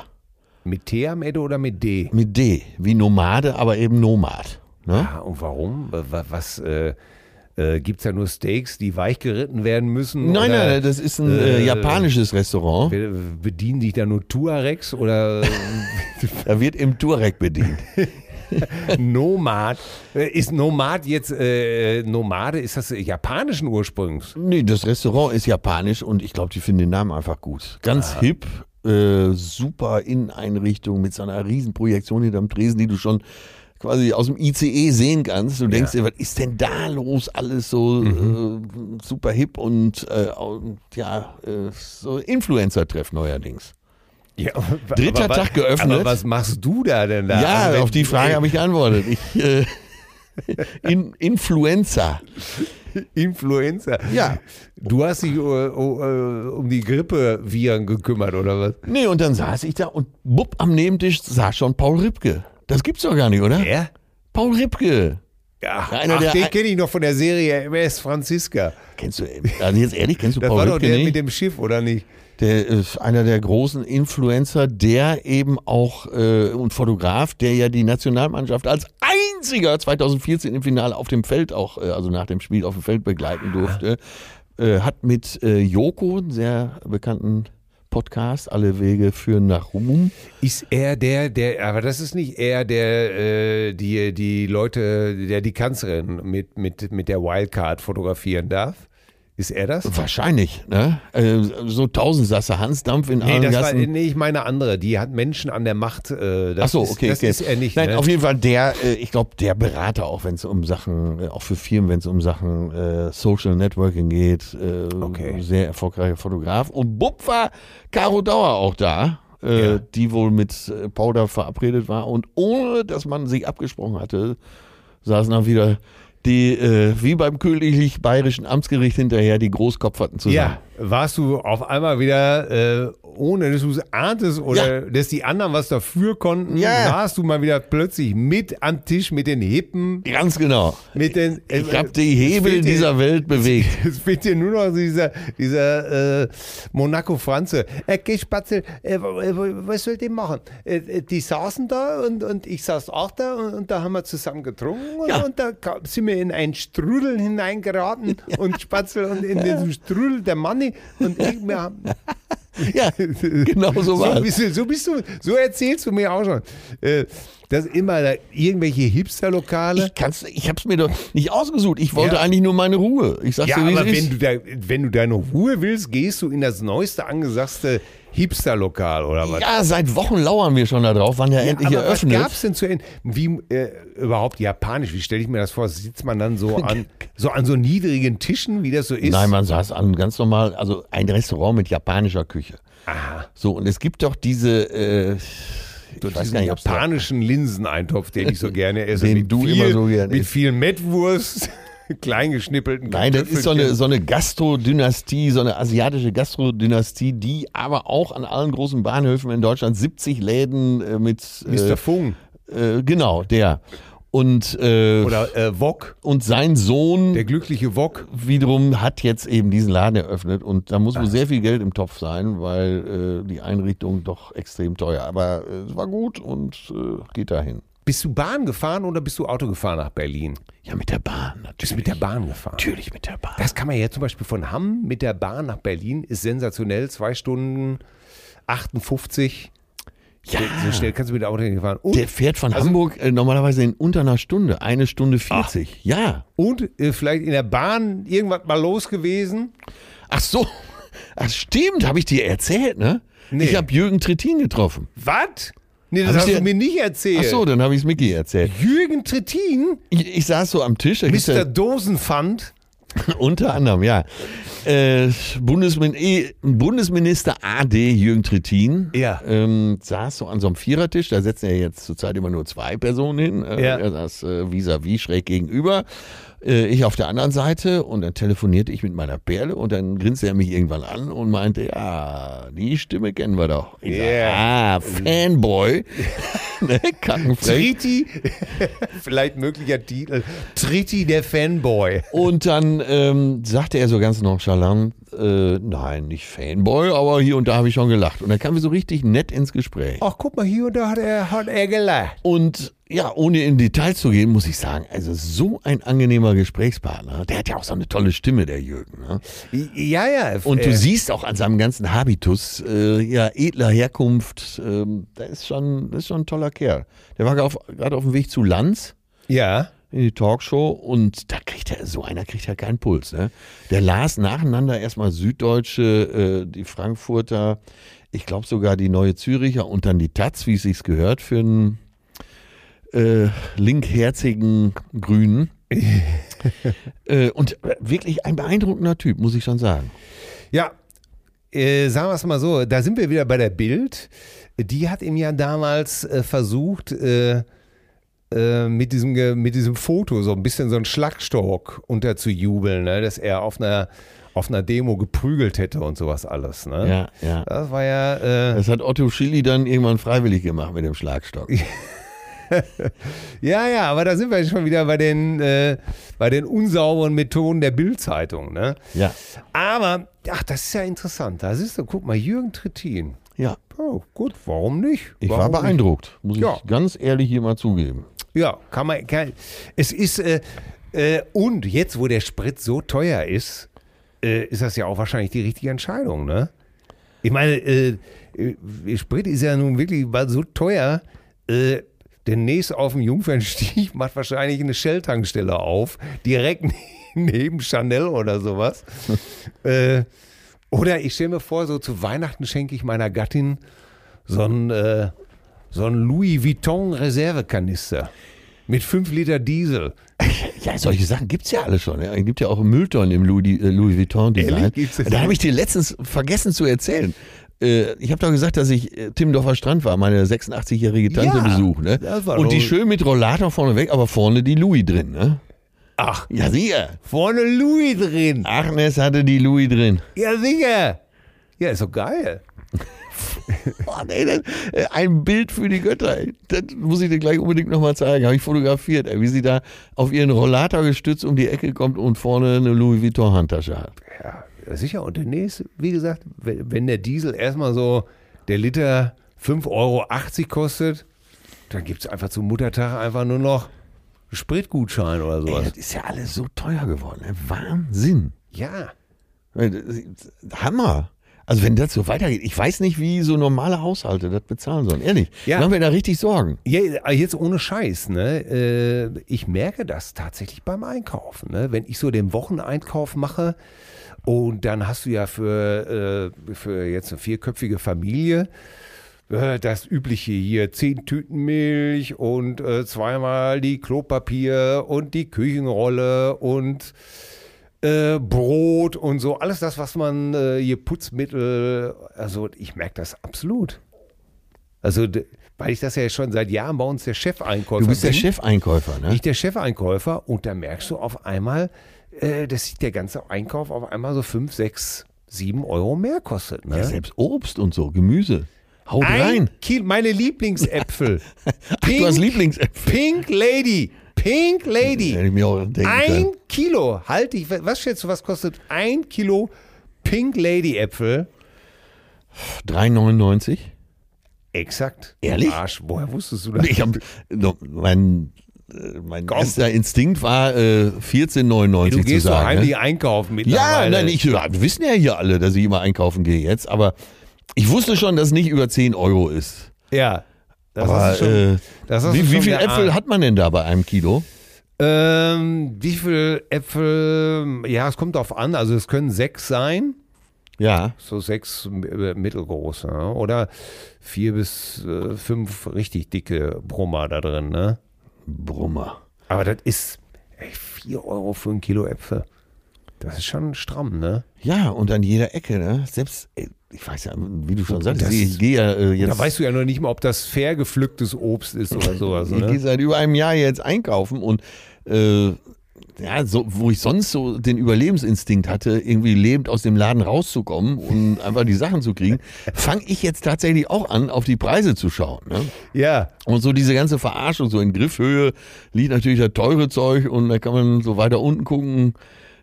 Speaker 3: Mit T am Ende oder mit D?
Speaker 2: Mit D, wie Nomade, aber eben Nomad. Ne?
Speaker 3: Ah, und warum? Wa- wa- Was äh, äh, gibt es ja nur Steaks, die weich geritten werden müssen?
Speaker 2: Nein,
Speaker 3: oder
Speaker 2: nein, das ist ein äh,
Speaker 3: äh,
Speaker 2: japanisches Restaurant.
Speaker 3: be- Bedienen dich da nur Tuaregs *laughs* oder äh,
Speaker 2: Da wird im Turek bedient.
Speaker 3: Nomad? Äh, Ist Nomad jetzt äh, Nomade? Ist das äh, japanischen Ursprungs?
Speaker 2: Nee, das Restaurant ist japanisch und ich glaube, die finden den Namen einfach gut. Ganz hip, äh, super Inneneinrichtung mit so einer riesen Projektion hinterm Tresen, die du schon quasi aus dem ICE sehen kannst. Du denkst dir, was ist denn da los? Alles so
Speaker 3: Mhm.
Speaker 2: äh, super hip und äh, au- ja, äh, so Influencer-Treff neuerdings.
Speaker 3: Ja,
Speaker 2: Dritter
Speaker 3: wa-
Speaker 2: Tag geöffnet.
Speaker 3: Aber was machst du da denn da?
Speaker 2: Ja,
Speaker 3: Also, wenn-
Speaker 2: *laughs* auf die Frage habe ich geantwortet. Ich, äh, in, Influenza.
Speaker 3: Influenza.
Speaker 2: Ja.
Speaker 3: Du hast dich äh, äh, um die Grippeviren gekümmert, oder was?
Speaker 2: Nee, und dann saß ich da und bupp, am Nebentisch saß schon Paul Ripke. Das gibt's doch gar nicht, oder?
Speaker 3: Ja?
Speaker 2: Paul Ripke.
Speaker 3: Ja,
Speaker 2: Einer
Speaker 3: Ach,
Speaker 2: der-
Speaker 3: den kenne ich noch von der Serie MS Franziska.
Speaker 2: Kennst du, also jetzt ehrlich, kennst du
Speaker 3: Das
Speaker 2: Paul
Speaker 3: war doch
Speaker 2: Ripke
Speaker 3: der
Speaker 2: nicht?
Speaker 3: mit dem Schiff, oder nicht?
Speaker 2: Der ist einer der großen Influencer, der eben auch äh, und Fotograf, der ja die Nationalmannschaft als einziger 2014 im Finale auf dem Feld auch, äh, also nach dem Spiel auf dem Feld
Speaker 3: Ah.
Speaker 2: begleiten durfte, äh, hat mit äh, Joko, einen sehr bekannten Podcast, alle Wege führen nach Ruhm.
Speaker 3: Ist er der, der, aber das ist nicht er, der äh, die, die Leute, der die Kanzlerin mit, mit, mit der Wildcard fotografieren darf? Ist er das?
Speaker 2: Wahrscheinlich, ne? Äh, so Tausendsasser, Hansdampf in
Speaker 3: Nee,
Speaker 2: allen
Speaker 3: das war,
Speaker 2: Gassen.
Speaker 3: nee, ich meine andere. Die hat Menschen an der Macht. Äh, das
Speaker 2: Ach so,
Speaker 3: ist,
Speaker 2: okay,
Speaker 3: Das
Speaker 2: okay.
Speaker 3: ist er nicht.
Speaker 2: Nein,
Speaker 3: ne?
Speaker 2: auf jeden Fall der, äh, ich glaube, der Berater auch, wenn es um Sachen, äh, auch für Firmen, wenn es um Sachen äh, Social Networking geht. Äh,
Speaker 3: Okay.
Speaker 2: Sehr erfolgreicher Fotograf. Und bupp war Caro Dauer auch da, äh,
Speaker 3: Ja.
Speaker 2: die wohl mit äh, Paul da verabredet war. Und ohne, dass man sich abgesprochen hatte, saßen dann wieder die, äh, wie beim königlich bayerischen Amtsgericht hinterher, die Großkopferten zusammen.
Speaker 3: ja, warst du auf einmal wieder, äh, ohne dass du es ahntest oder dass die anderen was dafür konnten,
Speaker 2: Ja.
Speaker 3: warst du mal wieder plötzlich mit am Tisch mit den Hippen,
Speaker 2: Ganz genau.
Speaker 3: mit den.
Speaker 2: Ich habe
Speaker 3: äh,
Speaker 2: die Hebel
Speaker 3: fehlt dir-
Speaker 2: dieser Welt bewegt.
Speaker 3: *laughs* Es fehlt dir nur noch dieser, dieser äh, Monaco-Franze. Äh, geh Spatzel, äh, w- w- was soll die machen? Äh, äh, die saßen da und, und ich saß auch da und, und da haben wir zusammen getrunken und,
Speaker 2: Ja.
Speaker 3: und da ka- sind wir in einen Strudel
Speaker 2: *laughs*
Speaker 3: hineingeraten und Spatzel und in den Strudel der Manni und ich, wir haben
Speaker 2: Ja, *laughs* genau so war
Speaker 3: *laughs* so
Speaker 2: es.
Speaker 3: bist, du, so bist du, so erzählst du mir auch schon. Äh, dass immer da irgendwelche Hipster-Lokale.
Speaker 2: Ich, kann's, ich hab's mir doch nicht ausgesucht. Ich wollte
Speaker 3: ne? Ja.
Speaker 2: eigentlich nur meine Ruhe. Ich sag's
Speaker 3: Ja,
Speaker 2: dir, wie
Speaker 3: aber
Speaker 2: es ist.
Speaker 3: wenn du, da, wenn du deine Ruhe willst, gehst du in das neueste angesagte Hipster-Lokal oder was?
Speaker 2: ja, seit Wochen lauern wir schon da drauf, wann der endlich
Speaker 3: aber was
Speaker 2: eröffnet.
Speaker 3: gab's denn zu Ende? Wie äh, überhaupt japanisch? Wie stelle ich mir das vor? Sitzt man dann so
Speaker 2: *laughs*
Speaker 3: an so an so niedrigen Tischen, wie das so ist?
Speaker 2: Nein, man saß an ganz normal, also ein Restaurant mit japanischer Küche. Aha. So, und es gibt doch diese, äh, ich weiß
Speaker 3: Diesen
Speaker 2: gar nicht, ob's da,
Speaker 3: japanischen Linseneintopf, den
Speaker 2: *laughs*
Speaker 3: ich so gerne esse.
Speaker 2: Den
Speaker 3: mit
Speaker 2: du
Speaker 3: viel,
Speaker 2: immer so gerne
Speaker 3: Mit
Speaker 2: isst.
Speaker 3: viel Mettwurst, *laughs* kleingeschnippelten
Speaker 2: Nein, das ist so eine,
Speaker 3: Kartoffelchen.
Speaker 2: so eine Gastrodynastie, so eine asiatische Gastrodynastie, die aber auch an allen großen Bahnhöfen in Deutschland 70 Läden äh, mit
Speaker 3: Mr. Fung
Speaker 2: Äh, äh, genau, der. Und, äh, Hm.
Speaker 3: oder äh, Wok,
Speaker 2: und sein Sohn
Speaker 3: der glückliche Wok.
Speaker 2: wiederum hat jetzt eben diesen Laden eröffnet und da muss wohl sehr viel Geld im Topf sein, weil äh, die Einrichtung doch extrem teuer. Aber äh, es war gut und äh, geht dahin.
Speaker 3: Bist du Bahn gefahren oder bist du Auto gefahren nach Berlin?
Speaker 2: Ja, mit der Bahn natürlich.
Speaker 3: Bist mit der Bahn gefahren?
Speaker 2: Natürlich mit der Bahn.
Speaker 3: Das kann man ja zum Beispiel von Hamm mit der Bahn nach Berlin, ist sensationell. Zwei Stunden 58.
Speaker 2: Ja.
Speaker 3: So schnell kannst du mit dem Auto nicht fahren. Und,
Speaker 2: Der fährt von Hamburg äh, normalerweise in unter einer Stunde, eine Stunde 40. Ja.
Speaker 3: und äh, vielleicht in der Bahn irgendwas mal los gewesen.
Speaker 2: Ach so. Ach, stimmt, habe ich dir erzählt, ne?
Speaker 3: Nee.
Speaker 2: Ich habe Jürgen Trittin getroffen.
Speaker 3: Was? Nee,
Speaker 2: Hab
Speaker 3: das
Speaker 2: ich
Speaker 3: hast
Speaker 2: dir-
Speaker 3: du mir nicht erzählt.
Speaker 2: Ach so, dann habe ich es Micky erzählt.
Speaker 3: Jürgen Trittin,
Speaker 2: Ich, ich saß so am Tisch. da gibt's ja-
Speaker 3: Mr. Dosenpfand.
Speaker 2: *laughs* Unter anderem, ja. Äh, Bundesmin eh, Bundesminister AD Jürgen Trittin
Speaker 3: Ja.
Speaker 2: ähm, saß so an so einem Vierertisch, da setzen ja jetzt zurzeit immer nur zwei Personen hin. Äh,
Speaker 3: Ja.
Speaker 2: Er saß äh, vis-à-vis schräg gegenüber, äh, ich auf der anderen Seite und dann telefonierte ich mit meiner Perle und dann grinste er mich irgendwann an und meinte, ja, die Stimme kennen wir doch. Ich
Speaker 3: Yeah.
Speaker 2: sag, ah, Fanboy. *laughs* ne, Kackenfrech.
Speaker 3: Tritti, *laughs* vielleicht möglicher Titel. Tritti, der Fanboy.
Speaker 2: Und dann ähm, sagte er so ganz nonchalant, äh, nein, nicht Fanboy, aber hier und da habe ich schon gelacht. Und dann kamen wir so richtig nett ins Gespräch.
Speaker 3: Ach, guck mal, hier und da hat er, hat er gelacht.
Speaker 2: Und ja, ohne in Details zu gehen, muss ich sagen, also so ein angenehmer Gesprächspartner. Der hat ja auch so eine tolle Stimme, der Jürgen. Ne?
Speaker 3: Ja, ja.
Speaker 2: Und
Speaker 3: äh,
Speaker 2: du siehst auch an seinem ganzen Habitus, äh, ja, edler Herkunft, ähm, da ist schon, das ist schon ein toller Kerl. Der war auf- gerade auf dem Weg zu Lanz.
Speaker 3: Ja.
Speaker 2: in die Talkshow und da kriegt er, so einer kriegt ja keinen Puls. Ne? Der las nacheinander erstmal Süddeutsche, äh, die Frankfurter, ich glaube sogar die Neue Züricher und dann die Taz, wie es sich gehört, für einen äh, linkherzigen
Speaker 3: *laughs*
Speaker 2: Grünen. äh, und wirklich ein beeindruckender Typ, muss ich schon sagen.
Speaker 3: Ja, äh, sagen wir es mal so, da sind wir wieder bei der Bild. Die hat ihm ja damals äh, versucht, äh, äh, mit, diesem, Ge- mit diesem Foto so ein bisschen so einen Schlagstock unterzujubeln, ne? dass er auf einer, auf einer Demo geprügelt hätte und sowas alles. Ne?
Speaker 2: Ja, ja.
Speaker 3: Das war ja. Äh,
Speaker 2: Das hat Otto Schilly dann irgendwann freiwillig gemacht mit dem Schlagstock.
Speaker 3: Ja, ja, aber da sind wir schon wieder bei den, äh, bei den unsauberen Methoden der Bild-Zeitung. Ne?
Speaker 2: Ja.
Speaker 3: Aber, ach, das ist ja interessant. Da siehst du, guck mal, Jürgen Trittin.
Speaker 2: Ja.
Speaker 3: Oh, gut, warum nicht?
Speaker 2: Ich war
Speaker 3: warum nicht?
Speaker 2: beeindruckt, muss
Speaker 3: Ja.
Speaker 2: ich ganz ehrlich hier mal zugeben.
Speaker 3: Ja, kann man. Kann, es ist. Äh, äh, und jetzt, wo der Sprit so teuer ist, äh, ist das ja auch wahrscheinlich die richtige Entscheidung, ne? Ich meine, äh, äh, Sprit ist ja nun wirklich mal so teuer. Äh, demnächst auf dem Jungfernstieg *laughs* macht wahrscheinlich eine Shell-Tankstelle auf, direkt *laughs* neben Chanel oder sowas. äh, oder ich stelle mir vor, so zu Weihnachten schenke ich meiner Gattin so ein. Äh, so ein Louis Vuitton Reservekanister mit 5 Liter Diesel.
Speaker 2: Ja, solche Sachen gibt's ja alle schon. Ja. Es gibt ja auch Mülltonnen im Louis, äh, Louis Vuitton-Design.
Speaker 3: Ehrlich? Gibt's das
Speaker 2: Da habe ich dir letztens vergessen zu erzählen. Äh, Ich habe doch gesagt, dass ich äh, Timmendorfer Strand war, meine 86-jährige Tante
Speaker 3: Ja,
Speaker 2: besucht. Ne?
Speaker 3: das war
Speaker 2: Und
Speaker 3: doch-
Speaker 2: die schön mit Rollator vorne weg, aber vorne die Louis drin. Ne?
Speaker 3: Ach,
Speaker 2: Ja, sicher.
Speaker 3: vorne Louis drin.
Speaker 2: Agnes hatte die Louis drin.
Speaker 3: Ja, sicher. Ja, ist doch geil.
Speaker 2: Oh, nee, das, äh, ein Bild für die Götter. ey. Das muss ich dir gleich unbedingt nochmal zeigen. Habe ich fotografiert, ey, wie sie da auf ihren Rollator gestützt um die Ecke kommt und vorne eine Louis Vuitton-Handtasche hat.
Speaker 3: Ja, sicher. Und demnächst, wie gesagt, wenn wenn der Diesel erstmal so der Liter 5,80 Euro kostet, dann gibt es einfach zum Muttertag einfach nur noch einen Spritgutschein oder
Speaker 2: Ey,
Speaker 3: sowas.
Speaker 2: das ist ja alles so teuer geworden. ey. Wahnsinn.
Speaker 3: Ja.
Speaker 2: Ey, das ist- Hammer. Also wenn das so weitergeht, ich weiß nicht, wie so normale Haushalte das bezahlen sollen. Ehrlich,
Speaker 3: Ja.
Speaker 2: machen wir da richtig Sorgen.
Speaker 3: Ja, aber jetzt ohne Scheiß, ne? äh, Ich merke das tatsächlich beim Einkaufen, ne? Wenn ich so den Wocheneinkauf mache und dann hast du ja für, äh, für jetzt eine vierköpfige Familie äh, das übliche hier, zehn Tüten Milch und äh, zweimal die Klopapier und die Küchenrolle und äh, Brot und so, alles das, was man äh, hier Putzmittel, also ich merke das absolut. Also, d- weil ich das ja schon seit Jahren bei uns der Chefeinkäufer
Speaker 2: Du bist der
Speaker 3: bin.
Speaker 2: Chefeinkäufer, ne?
Speaker 3: Ich der Chefeinkäufer und da merkst du auf einmal, äh, dass sich der ganze Einkauf auf einmal so 5, 6, 7 Euro mehr kostet. Ne?
Speaker 2: Ja, selbst Obst und so, Gemüse. Haut
Speaker 3: Ein
Speaker 2: rein.
Speaker 3: Kilo, meine Lieblingsäpfel.
Speaker 2: *laughs* Ach, du hast Lieblingsäpfel.
Speaker 3: Pink Lady. Pink
Speaker 2: Hätte
Speaker 3: Lady.
Speaker 2: ich mir auch denken
Speaker 3: Ein
Speaker 2: können.
Speaker 3: Kilo. Halte ich. Was schätzt du, was kostet ein Kilo Pink Lady Äpfel?
Speaker 2: 3,99?
Speaker 3: *laughs* Exakt.
Speaker 2: Ehrlich?
Speaker 3: Arsch, woher wusstest du das?
Speaker 2: Ich hab, no, mein äh, mein
Speaker 3: Komm.
Speaker 2: erster Instinkt war äh, 14,99
Speaker 3: du
Speaker 2: zu
Speaker 3: gehst doch
Speaker 2: sagen.
Speaker 3: heimlich
Speaker 2: ne?
Speaker 3: einkaufen
Speaker 2: Ja,
Speaker 3: mittlerweile.
Speaker 2: nein, ich, ja, wir wissen ja hier alle, dass ich immer einkaufen gehe jetzt, aber ich wusste schon, dass es nicht über 10 Euro ist.
Speaker 3: Ja. Das
Speaker 2: aber
Speaker 3: hast du schon,
Speaker 2: äh,
Speaker 3: das hast du
Speaker 2: wie, wie
Speaker 3: schon
Speaker 2: viel
Speaker 3: geahnt.
Speaker 2: Äpfel hat man denn da bei einem Kilo?
Speaker 3: Ähm, wie viel Äpfel? Ja, es kommt drauf an. Also es können sechs sein,
Speaker 2: Ja.
Speaker 3: so sechs äh, mittelgroße ja. oder vier bis äh, fünf richtig dicke Brummer da drin. Ne?
Speaker 2: Brummer.
Speaker 3: Aber das ist ey, vier Euro für ein Kilo Äpfel. Das ist schon stramm, ne?
Speaker 2: Ja, und an jeder Ecke, ne? Selbst, äh, ich weiß ja, wie du schon sagst,
Speaker 3: Oh, das-
Speaker 2: ich gehe ja äh, jetzt.
Speaker 3: Da weißt du ja noch nicht mal, ob das fair gepflücktes Obst ist oder sowas.
Speaker 2: Ich gehe
Speaker 3: Ne?
Speaker 2: seit über einem Jahr jetzt einkaufen und äh, ja, so, wo ich sonst so den Überlebensinstinkt hatte, irgendwie lebend aus dem Laden
Speaker 3: *laughs*
Speaker 2: rauszukommen und einfach die Sachen zu kriegen, fange ich jetzt tatsächlich auch an, auf die Preise zu schauen. Ne?
Speaker 3: Ja,
Speaker 2: Und so diese ganze Verarschung, so in Griffhöhe liegt natürlich das teure Zeug und da kann man so weiter unten gucken.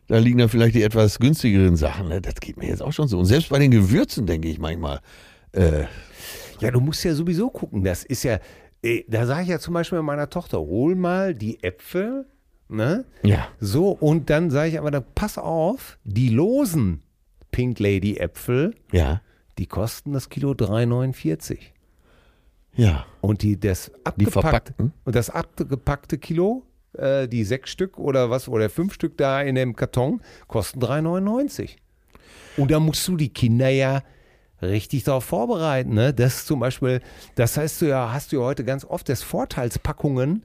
Speaker 2: Da liegen dann vielleicht die etwas günstigeren Sachen. Ne? Das geht mir jetzt auch schon so. Und selbst bei den Gewürzen denke ich manchmal. Äh,
Speaker 3: Ja, du musst ja sowieso gucken. Das ist ja, äh, da sage ich ja zum Beispiel meiner Tochter, hol mal die Äpfel, ne?
Speaker 2: ja.
Speaker 3: So, und dann sage ich aber, dann pass auf, die losen Pink Lady Äpfel,
Speaker 2: Ja.
Speaker 3: die kosten das Kilo 3,49.
Speaker 2: Ja.
Speaker 3: Und die, das abgepackte,
Speaker 2: verpackten?
Speaker 3: und das abgepackte Kilo, äh, die sechs Stück oder was, oder fünf Stück da in dem Karton, kosten 3,99. Und da musst du die Kinder ja richtig darauf vorbereiten. Ne? Das zum Beispiel, das heißt du ja, hast du ja heute ganz oft, dass Vorteilspackungen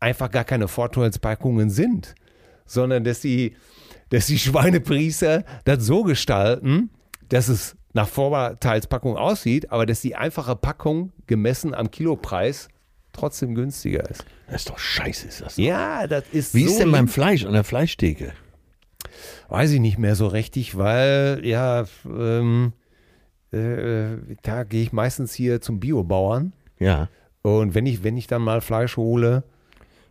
Speaker 3: einfach gar keine Vorteilspackungen sind, sondern dass die, dass die Schweinepriester das so gestalten, dass es nach Vorteilspackung aussieht, aber dass die einfache Packung gemessen am Kilopreis trotzdem günstiger ist.
Speaker 2: Das ist doch scheiße, ist das. doch.
Speaker 3: Ja, das ist
Speaker 2: Wie
Speaker 3: so
Speaker 2: ist denn beim Fleisch an der Fleischtheke?
Speaker 3: Weiß ich nicht mehr so richtig, weil ja, ähm, äh, da gehe ich meistens hier zum Biobauern.
Speaker 2: Ja.
Speaker 3: Und wenn ich, wenn ich dann mal Fleisch hole,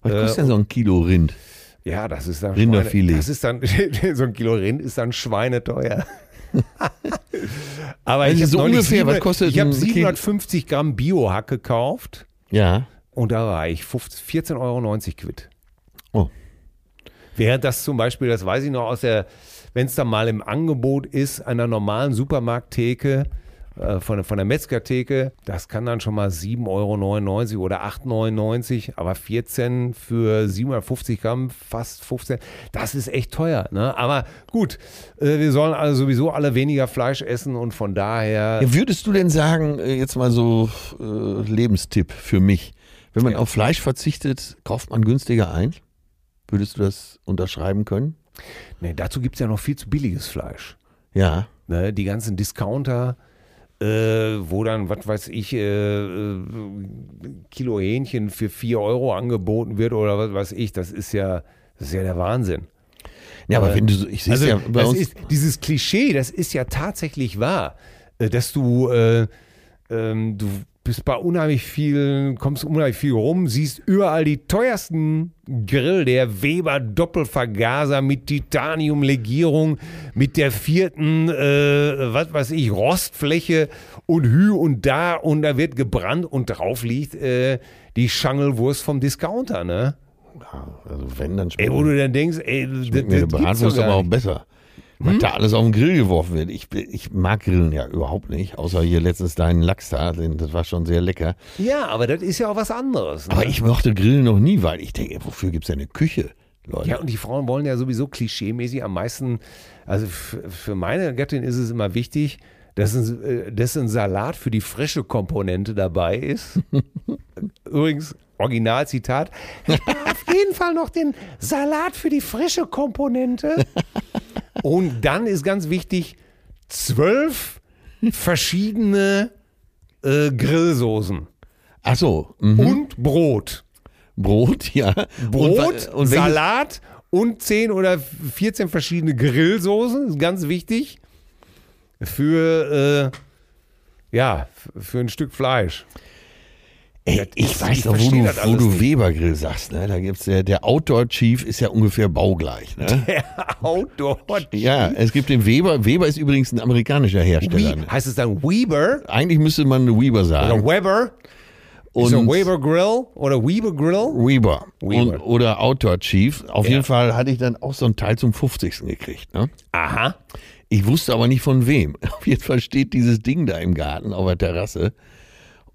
Speaker 2: Was kostet denn so ein Kilo Rind?
Speaker 3: ja, das ist dann
Speaker 2: Rinderfilet.
Speaker 3: Schweine, das ist dann *laughs* so ein Kilo Rind ist dann schweineteuer. *laughs* Aber
Speaker 2: Also
Speaker 3: ich habe
Speaker 2: so ungefähr, was kostet
Speaker 3: ich
Speaker 2: ein
Speaker 3: habe
Speaker 2: Kilo-
Speaker 3: 750 Gramm Biohack gekauft
Speaker 2: Ja.
Speaker 3: und da war ich 15 14,90 Euro quitt.
Speaker 2: Oh.
Speaker 3: Während das zum Beispiel, das weiß ich noch aus der, wenn es dann mal im Angebot ist, einer normalen Supermarkttheke, äh, von, der- von der Metzgertheke, das kann dann schon mal 7,99 Euro oder 8,99 Euro, aber 14 für 750 Gramm, fast 15, das ist echt teuer. Ne? Aber gut, äh, wir sollen also sowieso alle weniger Fleisch essen und von daher,
Speaker 2: Ja, würdest du denn sagen, äh, jetzt mal so äh, Lebenstipp für mich, wenn man auf Fleisch verzichtet, kauft man günstiger ein? Würdest du das unterschreiben können?
Speaker 3: nee, dazu gibt es ja noch viel zu billiges Fleisch.
Speaker 2: Ja.
Speaker 3: Ne, die ganzen Discounter, äh, wo dann, was weiß ich, äh, äh, Kilo Hähnchen für 4 Euro angeboten wird oder was weiß ich, das ist ja, das ist ja der Wahnsinn.
Speaker 2: Ja, aber wenn du so, ich sehe es ja bei
Speaker 3: Also, das
Speaker 2: uns.
Speaker 3: ist, dieses Klischee, das ist ja tatsächlich wahr, äh, dass du, äh, ähm, du bist bei unheimlich viel, kommst unheimlich viel rum, siehst überall die teuersten Grill, der Weber Doppelvergaser mit Titaniumlegierung, mit der vierten, äh, was weiß ich, Rostfläche und Hü und da und da wird gebrannt und drauf liegt äh, die Schangelwurst vom Discounter, ne?
Speaker 2: also wenn, dann
Speaker 3: Ey,
Speaker 2: schmeckt
Speaker 3: wo du dann denkst, ey, das, das
Speaker 2: mir eine
Speaker 3: gibt's doch
Speaker 2: Bratwurst
Speaker 3: gar
Speaker 2: aber auch
Speaker 3: nicht. Hm?
Speaker 2: besser. Weil da alles auf den Grill geworfen wird. Ich, bin- ich mag Grillen ja überhaupt nicht, außer hier letztens deinen Lachs da, den- das war schon sehr lecker.
Speaker 3: Ja, aber das ist ja auch was anderes. Ne?
Speaker 2: Aber ich mochte Grillen noch nie, weil ich denke, wofür gibt es eine Küche, Leute?
Speaker 3: ja, und die Frauen wollen ja sowieso klischeemäßig am meisten, also f- für meine Gattin ist es immer wichtig, dass ein, äh, dass ein Salat für die frische Komponente dabei
Speaker 2: *laughs*
Speaker 3: ist. Übrigens, Originalzitat, ich brauche auf jeden Fall noch den Salat für die frische Komponente.
Speaker 2: *laughs*
Speaker 3: Und dann ist ganz wichtig, zwölf verschiedene äh, Grillsoßen
Speaker 2: Ach so, mhm.
Speaker 3: und Brot.
Speaker 2: Brot, ja.
Speaker 3: Brot,
Speaker 2: und, und welches-
Speaker 3: Salat und 10 oder 14 verschiedene Grillsoßen, ist ganz wichtig für, äh, ja, f- für ein Stück *laughs* Fleisch.
Speaker 2: Ey,
Speaker 3: Das
Speaker 2: ich
Speaker 3: ist-
Speaker 2: weiß
Speaker 3: ich
Speaker 2: doch, wo
Speaker 3: verstehe
Speaker 2: du,
Speaker 3: das
Speaker 2: wo
Speaker 3: alles
Speaker 2: du
Speaker 3: nicht.
Speaker 2: Webergrill sagst, ne? Da gibt's ja, der Outdoor Chief ist ja ungefähr baugleich,
Speaker 3: *laughs*
Speaker 2: ne?
Speaker 3: Outdoor.
Speaker 2: ja, es gibt den Weber. Weber ist übrigens ein amerikanischer Hersteller.
Speaker 3: Wie,
Speaker 2: Ne?
Speaker 3: heißt es dann Weber
Speaker 2: Eigentlich müsste man Weber
Speaker 3: oder
Speaker 2: sagen.
Speaker 3: Weber?
Speaker 2: Und
Speaker 3: Ist ein Weber Grill oder Weber Grill?
Speaker 2: Weber.
Speaker 3: Weber.
Speaker 2: Und, oder Outdoor Chief. Auf
Speaker 3: Ja.
Speaker 2: jeden Fall hatte ich dann auch so einen Teil zum 50. gekriegt, ne?
Speaker 3: Aha.
Speaker 2: Ich wusste aber nicht von wem. *laughs* Auf jeden Fall steht dieses Ding da im Garten auf der Terrasse.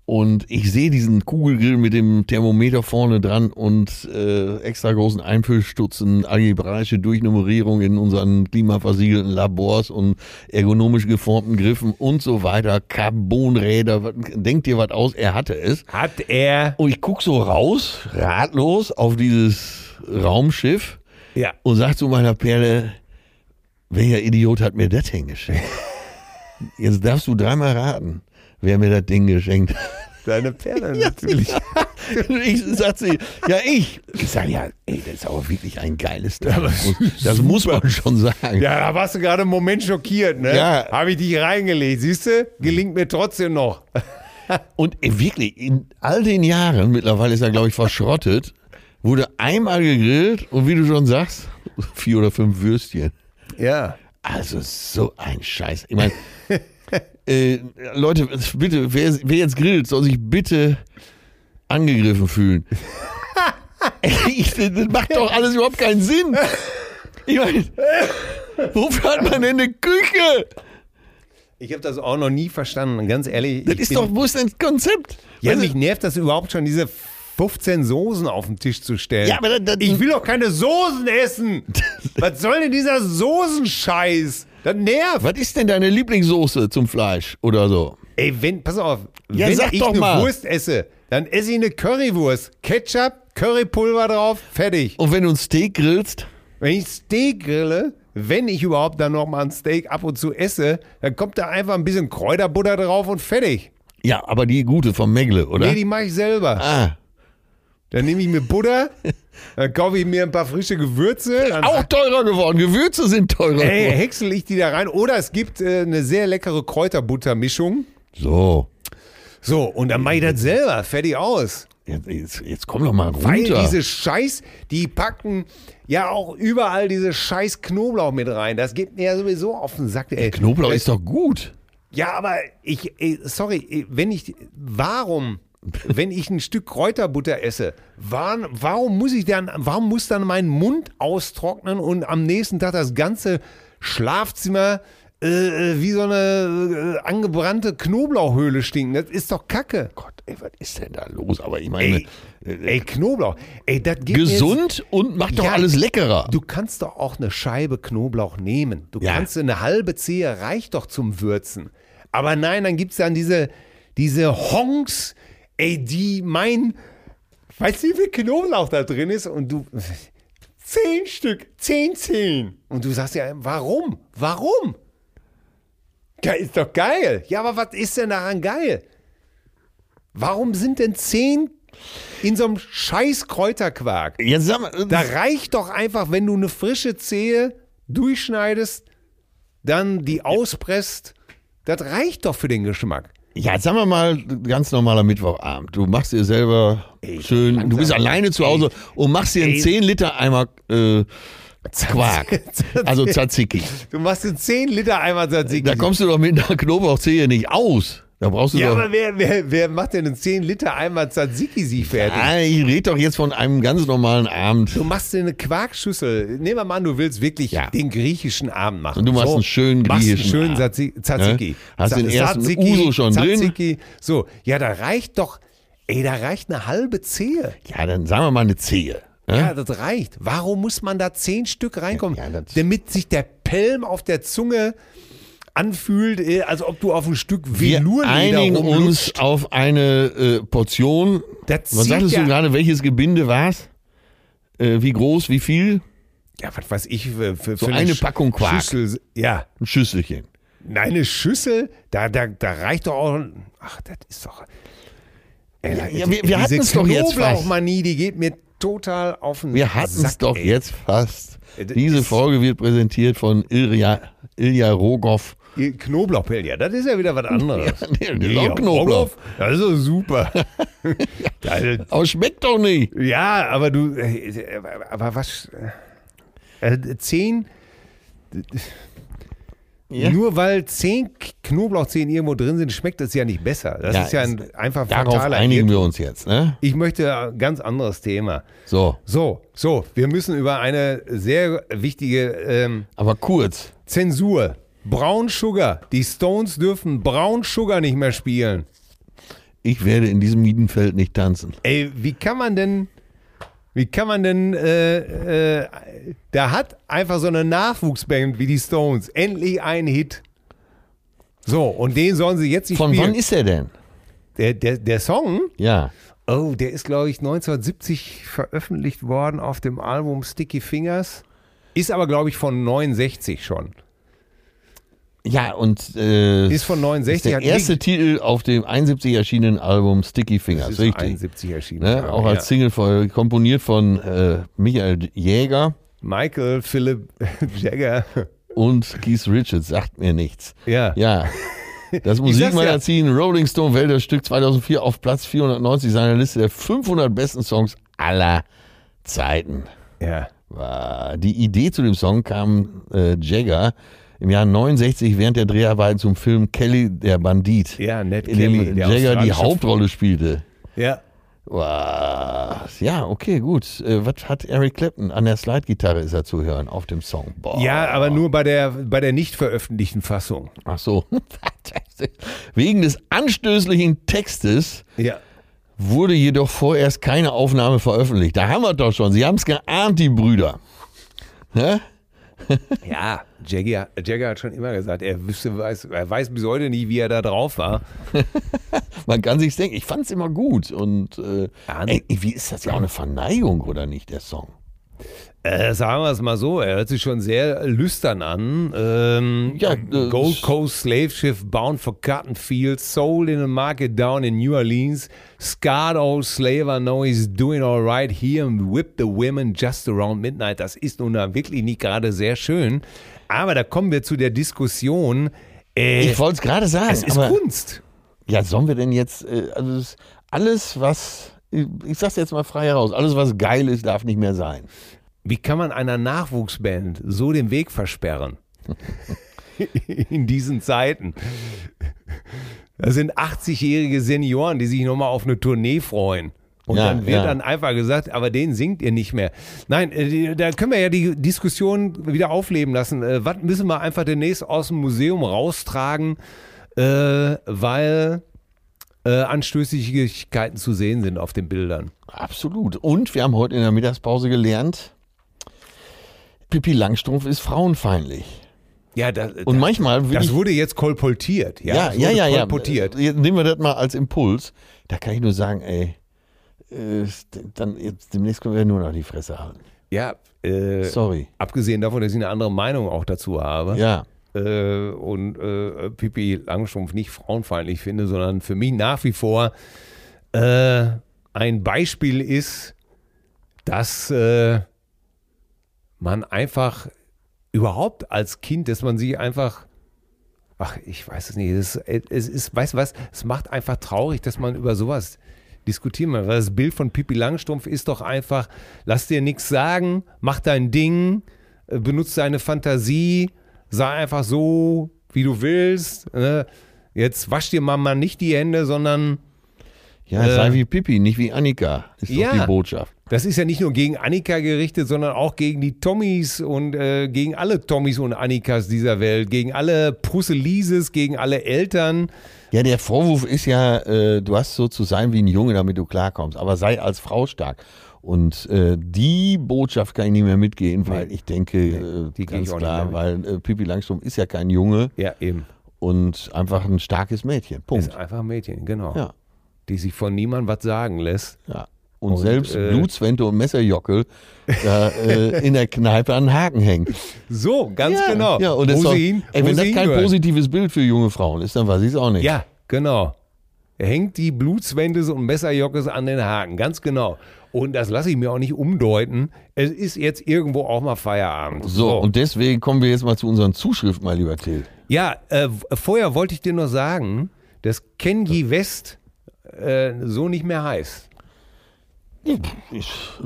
Speaker 2: Und ich sehe diesen Kugelgrill mit dem Thermometer vorne dran und äh, extra großen Einfüllstutzen, algebraische Durchnummerierung in unseren klimaversiegelten Labors und ergonomisch geformten Griffen und so weiter, Carbonräder, was- denkt dir was aus, er hatte es.
Speaker 3: Hat er.
Speaker 2: Und ich gucke so raus, ratlos, auf dieses Raumschiff
Speaker 3: Ja.
Speaker 2: und sagt zu meiner Perle, welcher Idiot hat mir das Ding *laughs* geschenkt? Jetzt darfst du dreimal raten, wer mir das Ding geschenkt hat.
Speaker 3: Deine *laughs* Perle natürlich.
Speaker 2: *laughs* Ich sagt sie, ja ich. Ich sage, ja, ey, das ist aber wirklich ein geiles Teil. Das, muss- *laughs* das muss man schon sagen.
Speaker 3: Ja, da warst du gerade einen Moment schockiert, ne?
Speaker 2: Ja.
Speaker 3: Habe ich dich reingelegt, siehst du? Gelingt mir trotzdem noch.
Speaker 2: Und äh, wirklich, in all den Jahren, mittlerweile ist er, glaube ich, verschrottet, wurde einmal gegrillt und wie du schon sagst, *laughs* vier oder fünf Würstchen.
Speaker 3: Ja.
Speaker 2: Also so ein Scheiß.
Speaker 3: *laughs*
Speaker 2: Ich meine, äh, Leute, bitte, wer, wer jetzt grillt, soll sich bitte
Speaker 3: *laughs*
Speaker 2: angegriffen fühlen. ich, das macht doch alles überhaupt keinen Sinn. Ich meine, wofür hat man denn eine Küche?
Speaker 3: Ich habe das auch noch nie verstanden, ganz ehrlich.
Speaker 2: Das
Speaker 3: ich
Speaker 2: ist
Speaker 3: bin-
Speaker 2: doch, wo ist denn das Konzept?
Speaker 3: Ja,
Speaker 2: Weißt du,
Speaker 3: mich nervt das überhaupt schon, diese 15 Soßen auf den Tisch zu stellen.
Speaker 2: Ja, aber dann- dann-
Speaker 3: ich will doch keine Soßen
Speaker 2: *laughs*
Speaker 3: essen. Was soll denn dieser Soßenscheiß? Das nervt.
Speaker 2: was ist denn deine Lieblingssoße zum Fleisch oder so?
Speaker 3: Ey, wenn, pass auf,
Speaker 2: Ja,
Speaker 3: wenn
Speaker 2: sag
Speaker 3: ich
Speaker 2: doch
Speaker 3: eine
Speaker 2: mal.
Speaker 3: Wurst esse, dann esse ich eine Currywurst. Ketchup, Currypulver drauf, fertig.
Speaker 2: Und wenn du ein Steak grillst,
Speaker 3: Wenn ich Steak grille, wenn ich überhaupt dann nochmal ein Steak ab und zu esse, dann kommt da einfach ein bisschen Kräuterbutter drauf und fertig.
Speaker 2: ja, aber die gute vom Megle, oder?
Speaker 3: Nee, die mache ich selber.
Speaker 2: ah,
Speaker 3: Dann nehme ich mir
Speaker 2: *laughs*
Speaker 3: Butter, dann kaufe ich mir ein paar frische Gewürze. Dann
Speaker 2: Auch teurer geworden. Gewürze sind teurer
Speaker 3: Ey,
Speaker 2: geworden.
Speaker 3: häcksel ich die da rein. Oder es gibt äh, eine sehr leckere Kräuterbuttermischung.
Speaker 2: So.
Speaker 3: So, und dann mache ich das selber. Fertig aus.
Speaker 2: Jetzt, jetzt, jetzt komm doch mal runter.
Speaker 3: Weil diese Scheiß, die packen ja auch überall diese Scheiß Knoblauch mit rein. Das geht mir ja sowieso auf den Sack. Ey.
Speaker 2: Knoblauch ist doch gut.
Speaker 3: Ja, aber ich, ey, sorry, ey, wenn ich, warum, wenn ich ein Stück Kräuterbutter esse, warum, warum muss ich dann, warum muss dann mein Mund austrocknen und am nächsten Tag das ganze Schlafzimmer äh, wie so eine äh, angebrannte Knoblauchhöhle stinken? Das ist doch Kacke.
Speaker 2: Gott, ey, was ist denn da los? Aber ich meine,
Speaker 3: Ey, ey Knoblauch, ey, das geht mir jetzt-
Speaker 2: gesund und macht doch
Speaker 3: Ja,
Speaker 2: alles leckerer.
Speaker 3: Du kannst doch auch eine Scheibe Knoblauch nehmen. Du
Speaker 2: Ja.
Speaker 3: kannst eine halbe Zehe reicht doch zum Würzen. Aber nein, dann gibt es dann diese, diese Honks, ey, die mein, weißt du, wie viel Knoblauch da drin ist? Und du, zehn Stück, zehn, zehn. Und du sagst ja, warum? Warum? Ja, ist doch geil. Ja, aber was ist denn daran geil? Warum sind denn zehn in so einem scheiß Kräuterquark?
Speaker 2: Jetzt sag mal,
Speaker 3: Da reicht doch einfach, wenn du eine frische Zehe durchschneidest, dann die auspresst. Das reicht doch für den Geschmack.
Speaker 2: ja, jetzt sagen wir mal, ganz normaler Mittwochabend. Du machst dir selber schön, du bist alleine zu Hause und machst dir einen
Speaker 3: Ey.
Speaker 2: 10 Liter Eimer äh,
Speaker 3: *laughs*
Speaker 2: Quark. Also Tzatziki.
Speaker 3: Du machst einen 10 Liter Eimer Tzatziki.
Speaker 2: Da kommst du doch mit einer Knoblauchzehe nicht aus. Da brauchst du
Speaker 3: ja,
Speaker 2: doch.
Speaker 3: aber wer, wer, wer macht denn einen 10 Liter Eimer Tzatziki sie fertig?
Speaker 2: Ah, ich rede doch jetzt von einem ganz normalen Abend.
Speaker 3: Du machst dir eine Quarkschüssel. Nehmen wir mal an, du willst wirklich
Speaker 2: Ja.
Speaker 3: den griechischen Abend machen.
Speaker 2: Und du machst einen schönen
Speaker 3: machst
Speaker 2: griechischen
Speaker 3: einen schönen
Speaker 2: Abend.
Speaker 3: Tzatziki. Tzatziki.
Speaker 2: Ne? Hast den
Speaker 3: Tza-
Speaker 2: ersten Uso schon drin?
Speaker 3: Tzatziki. So, ja, da reicht doch, ey, da reicht eine halbe Zehe.
Speaker 2: Ja, dann sagen wir mal eine Zehe. ne?
Speaker 3: Ja, das reicht. Warum muss man da zehn Stück reinkommen,
Speaker 2: Ja, ja, das-
Speaker 3: damit sich der Pelm auf der Zunge anfühlt, äh, als ob du auf ein Stück
Speaker 2: Wir
Speaker 3: Velurleder
Speaker 2: einigen
Speaker 3: rumlutschst?
Speaker 2: uns auf eine äh, Portion.
Speaker 3: Das
Speaker 2: Was
Speaker 3: zieht
Speaker 2: sagtest
Speaker 3: ja-
Speaker 2: du gerade, welches Gebinde war es? Äh, wie groß, wie viel?
Speaker 3: Ja, was weiß ich für, für,
Speaker 2: So
Speaker 3: für
Speaker 2: eine
Speaker 3: Sch-
Speaker 2: Packung Quark.
Speaker 3: Schüssel. Ja,
Speaker 2: Ein Schüsselchen.
Speaker 3: nein, eine Schüssel, da, da, da reicht doch auch. Ach, das ist doch. Ey,
Speaker 2: Ja,
Speaker 3: da-
Speaker 2: ja, wir- wir hatten's
Speaker 3: diese
Speaker 2: doch jetzt fast.
Speaker 3: Knoblauchmanie, die geht mir total auf den
Speaker 2: Wir hatten es
Speaker 3: Sack,
Speaker 2: doch
Speaker 3: ey.
Speaker 2: jetzt fast.
Speaker 3: Äh, das
Speaker 2: Diese
Speaker 3: ist-
Speaker 2: Folge wird präsentiert von Ilja, Ilja Rogoff.
Speaker 3: Knoblauchpilz, ja, das ist ja wieder was anderes.
Speaker 2: *laughs* Ja, nee, das ist auch Knoblauch.
Speaker 3: Das ist doch
Speaker 2: *laughs*
Speaker 3: super. Also,
Speaker 2: Aber schmeckt doch nicht.
Speaker 3: ja, aber du, äh, aber was, äh, äh, zehn,
Speaker 2: Ja.
Speaker 3: nur weil zehn K- Knoblauchzehen irgendwo drin sind, schmeckt es ja nicht besser. Das
Speaker 2: Ja,
Speaker 3: ist ja ein,
Speaker 2: ist-
Speaker 3: einfach
Speaker 2: Darauf
Speaker 3: fataler
Speaker 2: einigen
Speaker 3: Irrtum.
Speaker 2: wir uns jetzt. Ne?
Speaker 3: Ich möchte ein ganz anderes Thema.
Speaker 2: So,
Speaker 3: So, so, wir müssen über eine sehr wichtige ähm,
Speaker 2: aber kurz.
Speaker 3: Zensur. Brown Sugar. Die Stones dürfen Brown Sugar nicht mehr spielen.
Speaker 2: Ich werde in diesem Miedenfeld nicht tanzen.
Speaker 3: Ey, wie kann man denn, wie kann man denn, äh, äh, da hat einfach so eine Nachwuchsband wie die Stones endlich einen Hit. So, und den sollen sie jetzt nicht
Speaker 2: Von
Speaker 3: spielen.
Speaker 2: wann ist er denn?
Speaker 3: der, der, der Song,
Speaker 2: Ja.
Speaker 3: oh, der ist, glaube ich, 1970 veröffentlicht worden auf dem Album Sticky Fingers. Ist aber, glaube ich, von 69 schon.
Speaker 2: Ja, und äh,
Speaker 3: Ist von 69,
Speaker 2: ist der
Speaker 3: hat
Speaker 2: erste Titel auf dem 71 erschienenen Album Sticky Fingers,
Speaker 3: ist
Speaker 2: richtig.
Speaker 3: 71 erschienen.
Speaker 2: Ne? Auch als Single von, komponiert von äh, Michael Jäger
Speaker 3: Michael Philip *laughs* Jagger.
Speaker 2: und Keith Richards, sagt mir nichts.
Speaker 3: Ja. *laughs*
Speaker 2: Ja. Das
Speaker 3: sag's ja.
Speaker 2: Musikmagazin Rolling Stone wählt das Stück 2004 auf Platz 490 seiner Liste der 500 besten Songs aller Zeiten.
Speaker 3: ja.
Speaker 2: War- Die Idee zu dem Song kam äh, Jagger im Jahr 69 während der Dreharbeiten zum Film Kelly der Bandit,
Speaker 3: Ja, Ned
Speaker 2: in dem
Speaker 3: Kelly, der
Speaker 2: Jagger die
Speaker 3: australische-
Speaker 2: Hauptrolle spielte.
Speaker 3: Ja.
Speaker 2: Was? Ja, okay, gut. Äh, was hat Eric Clapton? An der Slide-Gitarre ist er zu hören auf dem Song. Boah.
Speaker 3: Ja, aber nur bei der, bei der nicht veröffentlichten Fassung.
Speaker 2: Ach so. *laughs* Wegen des anstößlichen Textes
Speaker 3: Ja.
Speaker 2: wurde jedoch vorerst keine Aufnahme veröffentlicht. Da haben wir doch schon. Sie haben es geahnt, die Brüder. Ne?
Speaker 3: Ja, Jagger, Jagger hat schon immer gesagt, er, wüsste, weiß, er weiß bis heute nicht, wie er da drauf war.
Speaker 2: Man kann sich's denken. Ich fand's immer gut. Und äh,
Speaker 3: Ja,
Speaker 2: ey, wie ist das ja auch eine Verneigung oder nicht, der Song?
Speaker 3: Äh, sagen wir es mal so, er hört sich schon sehr lüstern an. Ähm,
Speaker 2: Ja, äh,
Speaker 3: Gold Coast Slave Ship bound for cotton fields, sold in a market down in New Orleans. Scarred old slaver know he's doing alright here and whip the women just around midnight. Das ist nun da wirklich nicht gerade sehr schön. Aber da kommen wir zu der Diskussion. Äh,
Speaker 2: Ich wollte es gerade sagen.
Speaker 3: es ist
Speaker 2: aber,
Speaker 3: Kunst.
Speaker 2: Ja, sollen wir denn jetzt, äh, also es- alles, was, ich sag's jetzt mal frei heraus, alles, was geil ist, darf nicht mehr sein.
Speaker 3: Wie kann man einer Nachwuchsband so den Weg
Speaker 2: *laughs*
Speaker 3: versperren? In diesen Zeiten. Das sind 80-jährige Senioren, die sich nochmal auf eine Tournee freuen. Und
Speaker 2: Ja,
Speaker 3: dann wird
Speaker 2: ja.
Speaker 3: dann einfach gesagt, aber den singt ihr nicht mehr. Nein, äh, die- da können wir ja die Diskussion wieder aufleben lassen. Äh, Was müssen wir einfach demnächst aus dem Museum raustragen, äh, weil äh, Anstößigkeiten zu sehen sind auf den Bildern?
Speaker 2: Absolut. Und wir haben heute in der Mittagspause gelernt, Pippi Langstrumpf ist frauenfeindlich.
Speaker 3: Ja, das,
Speaker 2: Und manchmal will
Speaker 3: Das
Speaker 2: ich,
Speaker 3: wurde jetzt kolportiert, ja?
Speaker 2: ja,
Speaker 3: Das
Speaker 2: ja,
Speaker 3: wurde
Speaker 2: ja, ja.
Speaker 3: kolportiert.
Speaker 2: Jetzt nehmen wir das mal als Impuls. Da kann ich nur sagen, ey, äh, dann jetzt, demnächst können wir nur noch die Fresse halten.
Speaker 3: Ja, äh,
Speaker 2: Sorry.
Speaker 3: abgesehen davon, dass ich eine andere Meinung auch dazu habe
Speaker 2: Ja.
Speaker 3: äh, und äh, Pippi Langstrumpf nicht frauenfeindlich finde, sondern für mich nach wie vor äh, ein Beispiel ist, dass äh, man einfach überhaupt als Kind, dass man sich einfach Ach, ich weiß es nicht. Es, ist- es ist, weißt du was, es macht einfach traurig, dass man über sowas diskutieren muss. Weil das Bild von Pippi Langstrumpf ist doch einfach, lass dir nichts sagen, mach dein Ding, äh, benutz deine Fantasie, sei einfach so, wie du willst. Ne? Jetzt wasch dir mal, mal nicht die Hände, sondern
Speaker 2: Ja, sei wie Pippi, nicht wie Annika, ist
Speaker 3: Äh. ja.
Speaker 2: doch die Botschaft.
Speaker 3: das ist ja nicht nur gegen Annika gerichtet, sondern auch gegen die Tommys und äh, gegen alle Tommys und Annikas dieser Welt, gegen alle Pusselises, gegen alle Eltern.
Speaker 2: Ja, der Vorwurf ist ja, äh, du hast so zu sein wie ein Junge, damit du klarkommst, aber sei als Frau stark. Und äh, die Botschaft kann ich nicht mehr mitgehen, weil ich denke, äh,
Speaker 3: die gehe ich
Speaker 2: ganz
Speaker 3: auch nicht
Speaker 2: klar,
Speaker 3: mehr
Speaker 2: weil äh, Pippi Langstrumpf ist ja kein Junge
Speaker 3: Ja, eben.
Speaker 2: und einfach ein starkes Mädchen. Punkt.
Speaker 3: Ist einfach ein Mädchen, genau.
Speaker 2: Ja.
Speaker 3: Die sich von niemandem was sagen lässt.
Speaker 2: Ja. Und,
Speaker 3: Und,
Speaker 2: selbst
Speaker 3: äh,
Speaker 2: Blutswente und Messerjockel da, äh, in der Kneipe an den
Speaker 3: *laughs*
Speaker 2: Haken hängen.
Speaker 3: So, ganz genau.
Speaker 2: Ja, und
Speaker 3: Wo
Speaker 2: das ist doch,
Speaker 3: sie ihn-
Speaker 2: ey,
Speaker 3: wo
Speaker 2: wenn
Speaker 3: sie
Speaker 2: das kein
Speaker 3: hingehören.
Speaker 2: positives Bild für junge Frauen ist, dann weiß ich es auch nicht.
Speaker 3: Ja, genau. Er hängt die Blutswendes und Messerjockes an den Haken, ganz genau. Und das lasse ich mir auch nicht umdeuten. Es ist jetzt irgendwo auch mal Feierabend.
Speaker 2: So, und deswegen kommen wir jetzt mal zu unseren Zuschriften, mein lieber Till.
Speaker 3: Ja, äh, vorher wollte ich dir nur sagen, dass Kenji West äh, so nicht mehr heißt.
Speaker 2: Ich,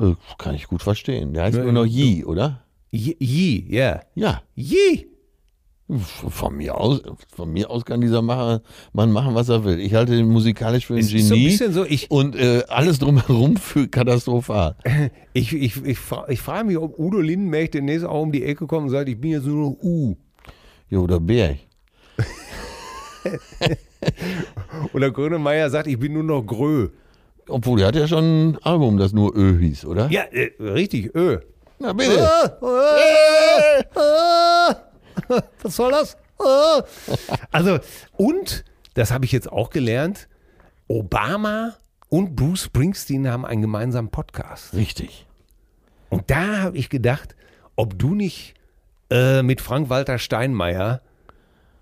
Speaker 2: äh, kann ich gut verstehen. Der heißt nur noch Yi, oder?
Speaker 3: Yi- Yi, ja.
Speaker 2: Ja.
Speaker 3: Yi!
Speaker 2: Von mir aus, von mir aus kann dieser Macher, Mann machen, was er will. Ich halte ihn musikalisch für ein
Speaker 3: Es
Speaker 2: Genie.
Speaker 3: ist so ein bisschen so, ich,
Speaker 2: und äh, alles drumherum für katastrophal.
Speaker 3: Äh. Ich, ich, ich, fra ich frage mich, ob Udo Lindenberg demnächst auch um die Ecke kommt und sagt, ich bin jetzt nur noch U.
Speaker 2: Jo, oder Berg.
Speaker 3: Oder Grönemeyer sagt, ich bin nur noch Grö.
Speaker 2: Obwohl, er hat ja schon ein Album, das nur Ö hieß, oder?
Speaker 3: Ja, äh, richtig, Ö.
Speaker 2: Na bitte.
Speaker 3: Was soll das? Also, und, das habe ich jetzt auch gelernt, Obama und Bruce Springsteen haben einen gemeinsamen Podcast.
Speaker 2: Richtig.
Speaker 3: Und da habe ich gedacht, ob du nicht äh, mit Frank-Walter Steinmeier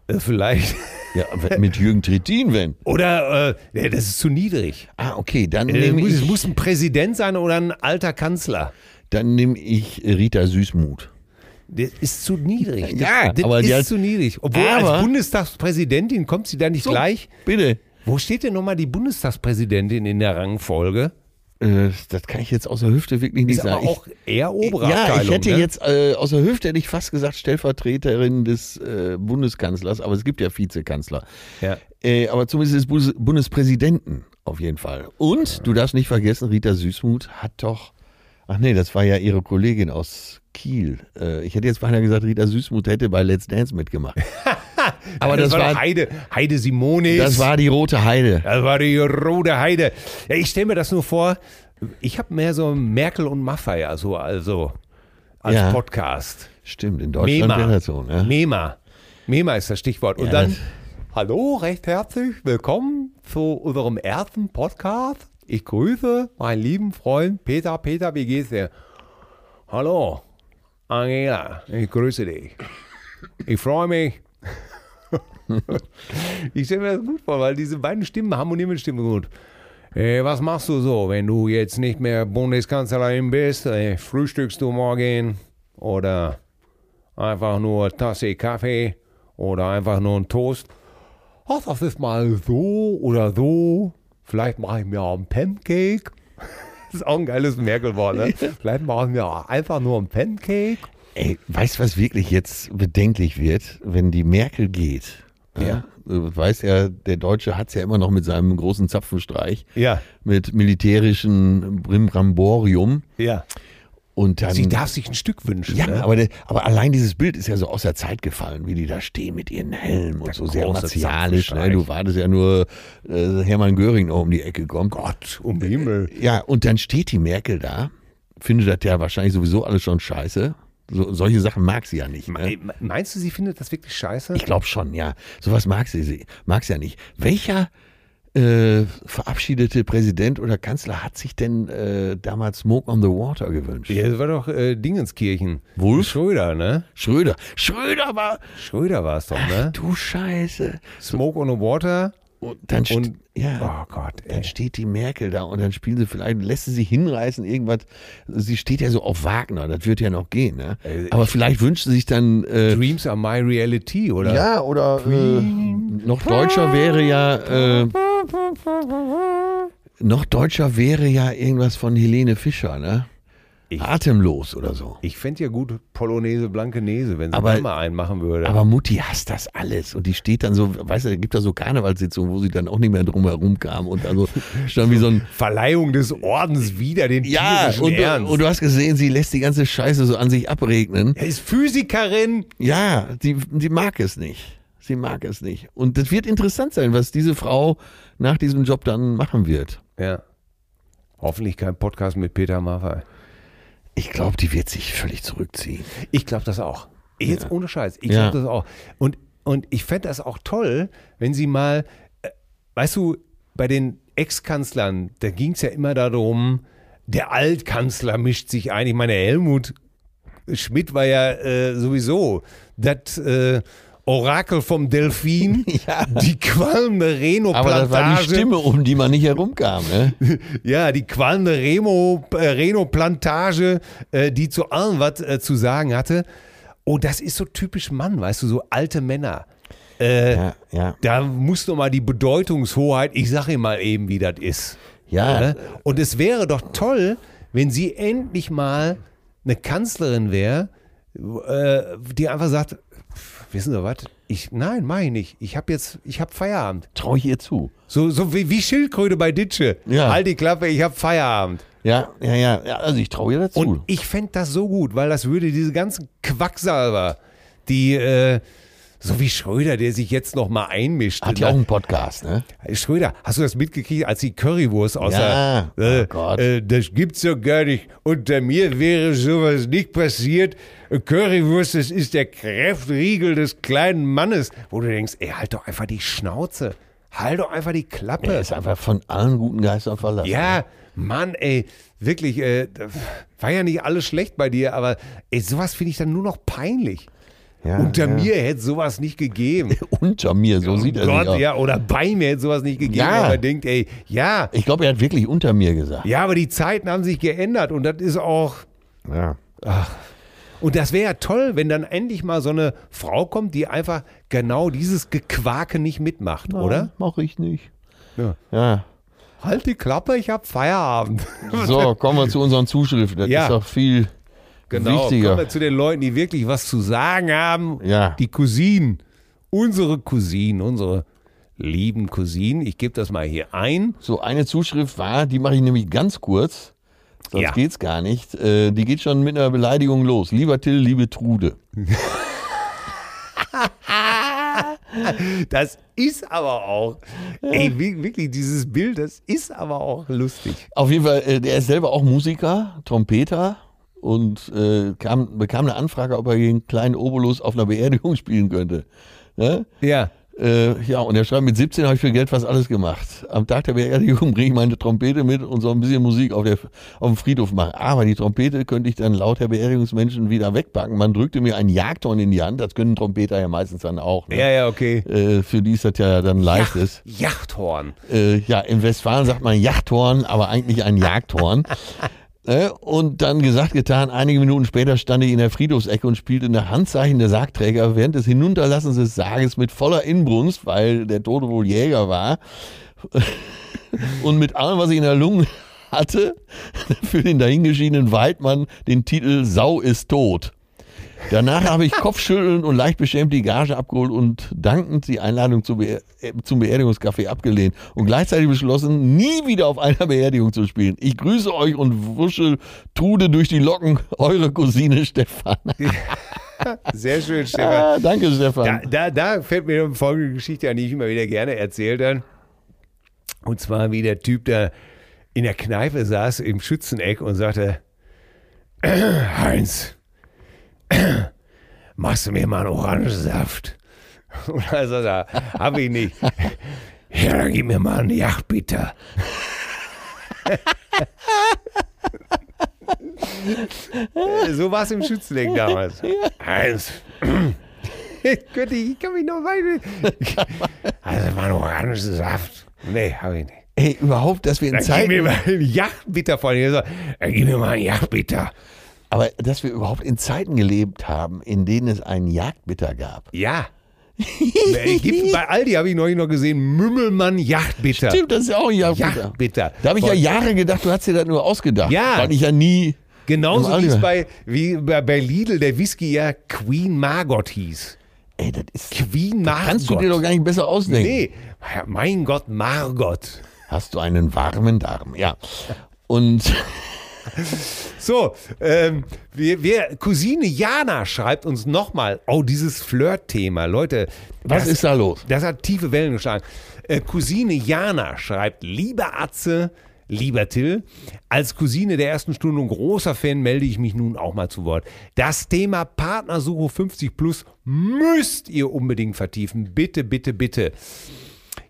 Speaker 3: äh, vielleicht...
Speaker 2: Ja, mit Jürgen Trittin, wenn.
Speaker 3: Oder äh, nee, das ist zu niedrig.
Speaker 2: Ah, okay, dann
Speaker 3: Äh,
Speaker 2: nehme
Speaker 3: muss, es
Speaker 2: ich,
Speaker 3: muss ein Präsident sein oder ein alter Kanzler.
Speaker 2: dann nehm ich Rita Süßmuth.
Speaker 3: Das ist zu niedrig.
Speaker 2: *laughs*
Speaker 3: Das,
Speaker 2: Ja,
Speaker 3: das
Speaker 2: aber die
Speaker 3: ist
Speaker 2: hat-
Speaker 3: zu niedrig. Obwohl als
Speaker 2: Aber-
Speaker 3: Bundestagspräsidentin kommt sie da nicht gleich.
Speaker 2: Bitte.
Speaker 3: Wo steht denn nochmal die Bundestagspräsidentin in der Rangfolge?
Speaker 2: Äh, das kann ich jetzt aus der Hüfte wirklich nicht
Speaker 3: Ist
Speaker 2: sagen.
Speaker 3: aber auch eher obere
Speaker 2: ja, ich
Speaker 3: Abteilung,
Speaker 2: hätte
Speaker 3: ne?
Speaker 2: jetzt äh, aus der Hüfte hätte ich fast gesagt Stellvertreterin des äh, Bundeskanzlers, aber es gibt ja Vizekanzler.
Speaker 3: Ja.
Speaker 2: Äh, aber zumindest des Bundes Bundespräsidenten auf jeden Fall. Und du darfst nicht vergessen, Rita Süßmuth hat doch, ach nee, das war ja ihre Kollegin aus Kiel. Äh, ich hätte jetzt beinahe gesagt, Rita Süßmuth hätte bei Let's
Speaker 3: *laughs*
Speaker 2: Dance mitgemacht. aber das,
Speaker 3: das, war doch
Speaker 2: war,
Speaker 3: Heide, Heide Simonis.
Speaker 2: das war die rote Heide.
Speaker 3: Das war die rote Heide. Ja, ich stelle mir das nur vor, ich habe mehr so Merkel und Maffei, also, also als
Speaker 2: Ja.
Speaker 3: Podcast.
Speaker 2: Stimmt, in Deutschland
Speaker 3: Mema.
Speaker 2: wäre das so. Ne?
Speaker 3: Mema. Mema ist das Stichwort. Und
Speaker 2: Ja,
Speaker 3: dann,
Speaker 2: das-
Speaker 3: hallo, recht herzlich willkommen zu unserem ersten Podcast. Ich grüße meinen lieben Freund Peter. Peter, wie geht's dir? Hallo, Angela, ich grüße dich. Ich freue mich. *laughs* ich stelle mir das gut vor, weil diese beiden Stimmen harmonieren mit Stimmen gut. Äh, was machst du so, wenn du jetzt nicht mehr Bundeskanzlerin bist? Äh, frühstückst du morgen oder einfach nur Tasse Kaffee oder einfach nur ein Toast? Ach, das ist mal so oder so. Vielleicht mache ich mir auch ein Pancake. *laughs* Das ist auch ein geiles Merkelwort, ne? Vielleicht machen wir auch einfach nur ein Pancake.
Speaker 2: Ey, weißt du, was wirklich jetzt bedenklich wird, wenn die Merkel geht? Ja. Du Weiß ja, der Deutsche hat es ja immer noch mit seinem großen Zapfenstreich,
Speaker 3: Ja,
Speaker 2: mit militärischen Brimbramborium.
Speaker 3: ja. Ähm,
Speaker 2: Und dann,
Speaker 3: Sie darf sich ein Stück wünschen.
Speaker 2: ja,
Speaker 3: ne?
Speaker 2: aber, der, aber allein dieses Bild ist ja so aus der Zeit gefallen, wie die da stehen mit ihren Helmen und so sehr
Speaker 3: große
Speaker 2: martialisch. Ne?
Speaker 3: Zapfenstreich.
Speaker 2: Du wartest ja nur äh, Hermann Göring noch um die Ecke gekommen. Gott,
Speaker 3: um Himmel.
Speaker 2: Ja, und dann steht die Merkel da, findet das ja wahrscheinlich sowieso alles schon scheiße. So, solche Sachen mag sie ja nicht. Ne?
Speaker 3: Ey, me- äh, Meinst du, sie findet das wirklich scheiße?
Speaker 2: Ich glaube schon, ja. Sowas mag sie, sie mag sie ja nicht. Welcher äh, verabschiedete Präsident oder Kanzler hat sich denn äh, damals Smoke on the Water gewünscht?
Speaker 3: ja, das war doch äh, Dingenskirchen.
Speaker 2: Wulff?
Speaker 3: Schröder, ne?
Speaker 2: Schröder. Schröder war.
Speaker 3: Schröder war es doch,
Speaker 2: Ach,
Speaker 3: ne?
Speaker 2: du Scheiße.
Speaker 3: Smoke on the Water.
Speaker 2: Und dann, st-
Speaker 3: Und-
Speaker 2: ja,
Speaker 3: Oh Gott, ey.
Speaker 2: dann steht die Merkel da und dann spielen sie vielleicht, lässt sie sich hinreißen, irgendwas. Sie steht ja so auf Wagner, das wird ja noch gehen. Ne?
Speaker 3: Ey,
Speaker 2: Aber vielleicht wünscht sie sich dann. Äh,
Speaker 3: Dreams are my reality, oder?
Speaker 2: Ja, oder äh, noch deutscher wäre ja äh, noch deutscher wäre ja irgendwas von Helene Fischer, ne? Atemlos oder so.
Speaker 3: Ich fände ja gut Polonaise, Blankenese, wenn sie
Speaker 2: Aber-
Speaker 3: da mal einen machen würde.
Speaker 2: Aber Mutti hasst das alles und die steht dann so, weißt du, gibt da so Karnevalssitzungen, wo sie dann auch nicht mehr drum herum kam und also stand wie so ein
Speaker 3: Verleihung des Ordens wieder den
Speaker 2: ja
Speaker 3: tierischen
Speaker 2: und, du-
Speaker 3: Ernst.
Speaker 2: und du hast gesehen, sie lässt die ganze Scheiße so an sich abregnen.
Speaker 3: er ist Physikerin.
Speaker 2: Ja, die, die mag es nicht. Sie mag es nicht. Und das wird interessant sein, was diese Frau nach diesem Job dann machen wird.
Speaker 3: Ja. Hoffentlich kein Podcast mit Peter Maffay.
Speaker 2: Ich glaube, die wird sich völlig zurückziehen.
Speaker 3: Ich glaube das auch. Jetzt ohne Scheiß. Ich
Speaker 2: Ja.
Speaker 3: glaube das auch. Und, und ich fände das auch toll, wenn sie mal, äh, weißt du, bei den Ex-Kanzlern, da ging es ja immer darum, der Altkanzler mischt sich ein. Ich meine, Helmut Schmidt war ja äh, sowieso das äh, Orakel vom
Speaker 2: *laughs*
Speaker 3: Delfin, die qualmende
Speaker 2: Aber das war die
Speaker 3: Reno-Plantage.
Speaker 2: Stimme, um die man nicht herumkam. Ne?
Speaker 3: Ja, die qualmende Remo, äh, Reno-Plantage, äh, die zu allem was äh, zu sagen hatte. Oh, das ist so typisch Mann, weißt du, so alte Männer.
Speaker 2: ja, ja.
Speaker 3: Da muss noch mal die Bedeutungshoheit, ich sage ihm mal eben, wie das ist.
Speaker 2: Ja.
Speaker 3: Ne? Und es wäre doch toll, wenn sie endlich mal eine Kanzlerin wäre, äh, die einfach sagt, wissen Sie was, ich, nein, mach ich nicht. Ich habe jetzt, ich habe Feierabend.
Speaker 2: Trau ich ihr zu.
Speaker 3: So, so wie, wie Schildkröte bei Ditsche.
Speaker 2: Ja.
Speaker 3: Halt die Klappe, ich habe Feierabend.
Speaker 2: Ja, ja, ja. ja also ich traue ihr dazu.
Speaker 3: Und ich fände das so gut, weil das würde diese ganzen Quacksalber, die, äh, so wie Schröder, der sich jetzt noch mal einmischt. Äh,
Speaker 2: Hat ja auch einen Podcast, ne?
Speaker 3: Schröder, hast du das mitgekriegt, als die Currywurst aus
Speaker 2: Ja,
Speaker 3: der...
Speaker 2: oh Gott.
Speaker 3: Äh, das gibt's doch gar nicht. Unter mir wäre sowas nicht passiert. Currywurst, das ist der Kräftriegel des kleinen Mannes. Wo du denkst, ey, halt doch einfach die Schnauze. Halt doch einfach die Klappe.
Speaker 2: Er ist einfach von allen guten Geistern verlassen.
Speaker 3: Ja, Mann, ey, wirklich, äh, war ja nicht alles schlecht bei dir, aber ey, sowas finde ich dann nur noch peinlich.
Speaker 2: Ja,
Speaker 3: Unter
Speaker 2: ja.
Speaker 3: mir hätte sowas nicht gegeben.
Speaker 2: *laughs* Unter mir, so sieht er sich
Speaker 3: Gott,
Speaker 2: aus.
Speaker 3: ja, oder bei mir hätte sowas nicht gegeben,
Speaker 2: Ja.
Speaker 3: weil man denkt, ey, ja,
Speaker 2: Ich glaube, er hat wirklich unter mir gesagt.
Speaker 3: ja, aber die Zeiten haben sich geändert und das ist auch.
Speaker 2: Ja.
Speaker 3: Und das wäre ja toll, wenn dann endlich mal so eine Frau kommt, die einfach genau dieses Gequake nicht mitmacht, oder?
Speaker 2: Mach ich nicht.
Speaker 3: Ja.
Speaker 2: ja.
Speaker 3: Halt die Klappe, ich hab Feierabend. *laughs*
Speaker 2: So, kommen wir zu unseren Zuschriften. Das
Speaker 3: Ja.
Speaker 2: ist doch viel
Speaker 3: Genau,
Speaker 2: wichtiger.
Speaker 3: kommen wir zu den Leuten, die wirklich was zu sagen haben.
Speaker 2: Ja.
Speaker 3: Die Cousinen, unsere Cousinen, unsere lieben Cousinen. Ich gebe das mal hier ein.
Speaker 2: So, eine Zuschrift war, die mache ich nämlich ganz kurz, sonst
Speaker 3: Ja.
Speaker 2: geht's gar nicht. Äh, die geht schon mit einer Beleidigung los. Lieber Till, liebe Trude.
Speaker 3: Das ist aber auch, ey, wi- wirklich, dieses Bild, das ist aber auch lustig.
Speaker 2: Auf jeden Fall, äh, der ist selber auch Musiker, Trompeter und äh, *laughs* kam, bekam eine Anfrage, ob er gegen einen kleinen Obolus auf einer Beerdigung spielen könnte. Ne?
Speaker 3: Ja.
Speaker 2: Äh, ja, und er schreibt, mit 17 habe ich für Geld fast alles gemacht. Am Tag der Beerdigung *laughs* bringe ich meine Trompete mit und so ein bisschen Musik auf, der, auf dem Friedhof machen. Aber die Trompete könnte ich dann laut der Beerdigungsmenschen wieder wegpacken. Man drückte mir einen Jagdhorn in die Hand, das können Trompeter ja meistens dann auch. Ne?
Speaker 3: Ja, ja, okay.
Speaker 2: Äh, für die ist das ja dann leicht ist.
Speaker 3: Jachthorn.
Speaker 2: Äh, ja, in Westfalen sagt man Jachthorn, aber eigentlich ein Jagdhorn. Ne? Und dann gesagt, getan, einige Minuten später stand ich in der Friedhofsecke und spielte nach Handzeichen der Sargträger während des Hinunterlassens des Sarges mit voller Inbrunst, weil der Tote wohl Jäger war. *laughs* Und mit allem, was ich in der Lunge hatte, *laughs* für den dahingeschiedenen Weidmann den Titel Sau ist tot. Danach habe ich kopfschüttelnd und leicht beschämt die Gage abgeholt und dankend die Einladung zum, Beer äh, zum Beerdigungskaffee abgelehnt und gleichzeitig beschlossen, nie wieder auf einer Beerdigung zu spielen. Ich grüße euch und wusche Trude durch die Locken, eure Cousine Stefan.
Speaker 3: Sehr schön, Stefan.
Speaker 2: Ah, *laughs* danke, Stefan.
Speaker 3: Da, da, da fällt mir eine folgende Geschichte an, die ich immer wieder gerne erzählt habe. Und zwar, wie der Typ da in der Kneipe saß, im Schützeneck und sagte: *clears throat* Heinz, *clears throat* machst du mir mal einen Orangensaft? *laughs* Und also da sagt er: Hab ich nicht. *laughs* Ja, dann gib mir mal einen Jagdbitter. *laughs* Äh, so war es im Schützeneck damals. Heinz. Könnte ich, ich kann mich noch
Speaker 2: *laughs*
Speaker 3: weiter. Also, war ein Orangensaft. Nee, habe ich nicht.
Speaker 2: Ey, überhaupt, dass wir in
Speaker 3: Dann gib mir
Speaker 2: Zeiten,
Speaker 3: mal einen Yachtbitter von dir. Dann gib mir mal einen Yachtbitter.
Speaker 2: aber dass wir überhaupt in Zeiten gelebt haben, in denen es einen Jagdbitter gab.
Speaker 3: Ja. Äh, gibt- Bei Aldi habe ich neulich noch gesehen, Mümmelmann Yachtbitter.
Speaker 2: Stimmt, das ist ja auch ein Jagdbitter.
Speaker 3: Yachtbitter.
Speaker 2: Da habe ich ja Jahre gedacht, du hast dir das nur ausgedacht.
Speaker 3: Ja.
Speaker 2: Weil ich ja nie
Speaker 3: Genauso
Speaker 2: Im
Speaker 3: wie
Speaker 2: Aldi.
Speaker 3: es bei, wie bei, bei Lidl der Whisky ja Queen Margot hieß.
Speaker 2: Ey, das ist.
Speaker 3: Queen Margot.
Speaker 2: Kannst du dir doch gar nicht besser ausdenken.
Speaker 3: Nee, Ja, mein Gott, Margot.
Speaker 2: Hast du einen warmen Darm, ja. Und *laughs*
Speaker 3: So, ähm, wir, wir, Cousine Jana schreibt uns nochmal, oh, dieses Flirt-Thema, Leute.
Speaker 2: was
Speaker 3: das-
Speaker 2: ist da los?
Speaker 3: Das hat tiefe Wellen geschlagen. Äh, Cousine Jana schreibt, lieber Atze, lieber Till, als Cousine der ersten Stunde und großer Fan melde ich mich nun auch mal zu Wort. Das Thema Partnersuche 50 plus müsst ihr unbedingt vertiefen. Bitte, bitte, bitte.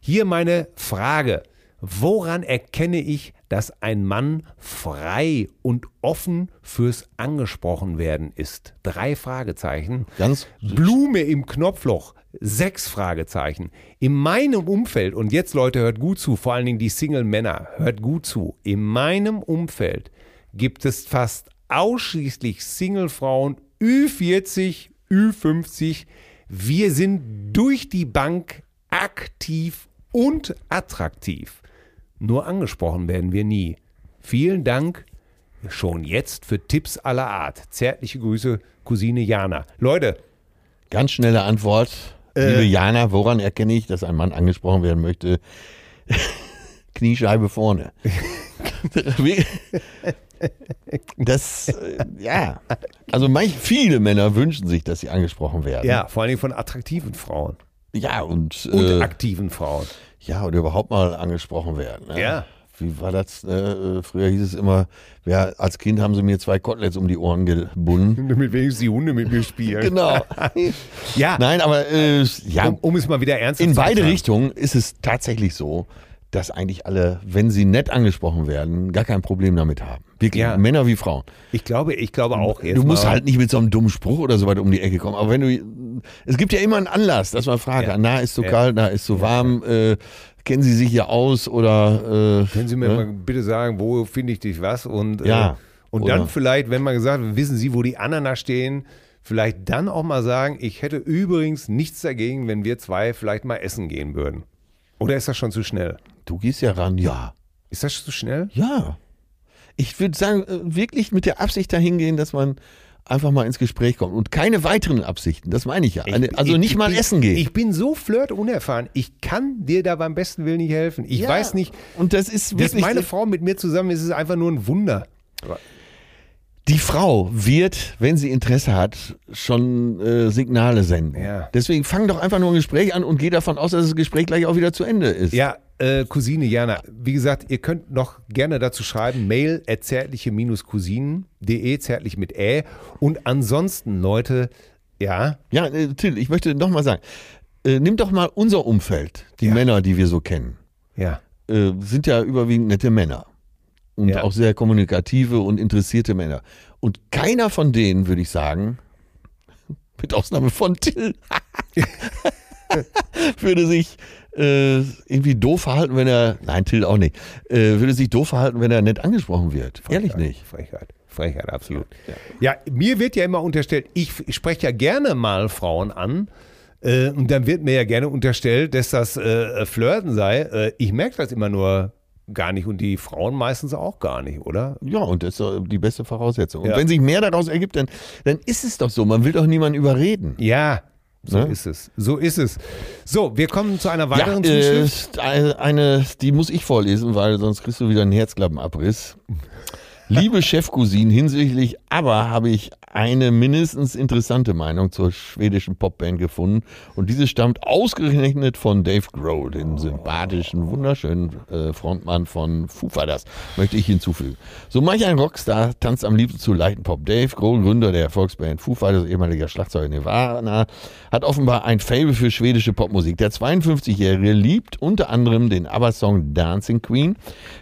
Speaker 3: Hier meine Frage. Woran erkenne ich, dass ein Mann frei und offen fürs Angesprochen werden ist? Drei Fragezeichen.
Speaker 2: Ganz
Speaker 3: Blume im Knopfloch. Sechs Fragezeichen. In meinem Umfeld, und jetzt Leute, hört gut zu, vor allen Dingen die Single-Männer, hört gut zu. In meinem Umfeld gibt es fast ausschließlich Single-Frauen Ü40, Ü50. Wir sind durch die Bank aktiv und attraktiv. Nur angesprochen werden wir nie. Vielen Dank schon jetzt für Tipps aller Art. Zärtliche Grüße, Cousine Jana. Leute,
Speaker 2: Ganz schnelle Antwort.
Speaker 3: Äh.
Speaker 2: Liebe Jana, woran erkenne ich, dass ein Mann angesprochen werden möchte? *laughs* Kniescheibe vorne. *laughs* Wie- das, äh, ja. Also manch, viele Männer wünschen sich, dass sie angesprochen werden.
Speaker 3: Ja, vor allen Dingen von attraktiven Frauen
Speaker 2: Ja, und,
Speaker 3: und
Speaker 2: äh,
Speaker 3: aktiven Frauen.
Speaker 2: ja, und überhaupt mal angesprochen werden. Ne?
Speaker 3: Ja.
Speaker 2: Wie war das? Äh, früher hieß es immer, ja, als Kind haben sie mir zwei Koteletts um die Ohren gebunden.
Speaker 3: *laughs* Damit wenigstens die Hunde mit mir spielen.
Speaker 2: Genau.
Speaker 3: *laughs* Ja,
Speaker 2: Nein, aber äh, ja,
Speaker 3: um, um es mal wieder ernst
Speaker 2: in beide
Speaker 3: sagen.
Speaker 2: Richtungen ist es tatsächlich so, dass eigentlich alle, wenn sie nett angesprochen werden, gar kein Problem damit haben. Wirklich,
Speaker 3: Ja.
Speaker 2: Männer wie Frauen.
Speaker 3: Ich glaube, ich glaube auch jetzt.
Speaker 2: Du musst
Speaker 3: mal,
Speaker 2: halt nicht mit so einem dummen Spruch oder so weit um die Ecke kommen. Aber wenn du, es gibt ja immer einen Anlass, dass man fragt,
Speaker 3: Ja.
Speaker 2: na, ist so
Speaker 3: Ja.
Speaker 2: kalt, na, ist so warm, äh, kennen Sie sich hier aus oder, äh,
Speaker 3: Können Sie mir mal bitte sagen, wo finde ich dich was? Und, äh,
Speaker 2: Ja,
Speaker 3: und
Speaker 2: oder-
Speaker 3: dann vielleicht, wenn man gesagt hat, wissen Sie, wo die Ananas stehen, vielleicht dann auch mal sagen, ich hätte übrigens nichts dagegen, wenn wir zwei vielleicht mal essen gehen würden. Oder ist das schon zu schnell?
Speaker 2: du gehst ja ran, ja,
Speaker 3: Ist das zu schnell?
Speaker 2: ja. Ich würde sagen, äh, wirklich mit der Absicht dahingehen, dass man einfach mal ins Gespräch kommt und keine weiteren Absichten, das meine ich ja. Eine- also
Speaker 3: Ich-
Speaker 2: nicht
Speaker 3: ich
Speaker 2: mal
Speaker 3: bin,
Speaker 2: essen gehen.
Speaker 3: Ich bin so flirtunerfahren. Ich kann dir da beim besten Willen nicht helfen. Ich
Speaker 2: Ja.
Speaker 3: weiß nicht,
Speaker 2: Und das ist
Speaker 3: dass
Speaker 2: wirklich.
Speaker 3: meine Frau mit mir zusammen ist, ist einfach nur ein Wunder.
Speaker 2: die Frau wird, wenn sie Interesse hat, schon äh, Signale senden.
Speaker 3: Ja.
Speaker 2: Deswegen fang doch einfach nur ein Gespräch an und geh davon aus, dass das Gespräch gleich auch wieder zu Ende ist.
Speaker 3: Ja, äh, Cousine Jana, wie gesagt, ihr könnt noch gerne dazu schreiben, mail at zärtliche-cousinen.de, zärtlich mit Ä. Und ansonsten, Leute, ja,
Speaker 2: Ja, äh, Till, ich möchte nochmal sagen, Äh, nimm doch mal unser Umfeld, die
Speaker 3: Ja.
Speaker 2: Männer, die wir so kennen.
Speaker 3: Ja.
Speaker 2: äh, sind ja überwiegend nette Männer. Und
Speaker 3: Ja.
Speaker 2: auch sehr kommunikative und interessierte Männer. Und keiner von denen, würde ich sagen, *laughs* mit Ausnahme von Till, *laughs* würde sich äh, irgendwie doof verhalten, wenn er, nein, Till auch nicht, äh, würde sich doof verhalten, wenn er nett angesprochen wird. Ehrlich nicht.
Speaker 3: Frechheit. Frechheit, absolut. Ja. mir wird ja immer unterstellt, ich f- spreche ja gerne mal Frauen an. Äh, und dann wird mir ja gerne unterstellt, dass das äh, Flirten sei. Äh, ich merke das immer nur gar nicht und die Frauen meistens auch gar nicht, oder?
Speaker 2: Ja, und das ist doch die beste Voraussetzung. Und
Speaker 3: Ja.
Speaker 2: wenn sich mehr daraus ergibt, dann, dann ist es doch so. Man will doch niemanden überreden.
Speaker 3: Ja, so
Speaker 2: Ne?
Speaker 3: ist es. So ist es. So, wir kommen zu einer
Speaker 2: Ja,
Speaker 3: weiteren
Speaker 2: äh,
Speaker 3: Zuschrift.
Speaker 2: eine, eine, die muss ich vorlesen, weil sonst kriegst du wieder einen Herzklappenabriss. Liebe Chefcousine, hinsichtlich aber habe ich eine mindestens interessante Meinung zur schwedischen Popband gefunden. Und diese stammt ausgerechnet von Dave Grohl, dem sympathischen, wunderschönen äh, Frontmann von Foo Fighters, möchte ich hinzufügen. So manch ein Rockstar tanzt am liebsten zu leichten Pop. Dave Grohl, Gründer der Erfolgsband Foo Fighters, ehemaliger Schlagzeuger Nirvana, hat offenbar ein Fable für schwedische Popmusik. Der 52-Jährige liebt unter anderem den ABBA-Song Dancing Queen.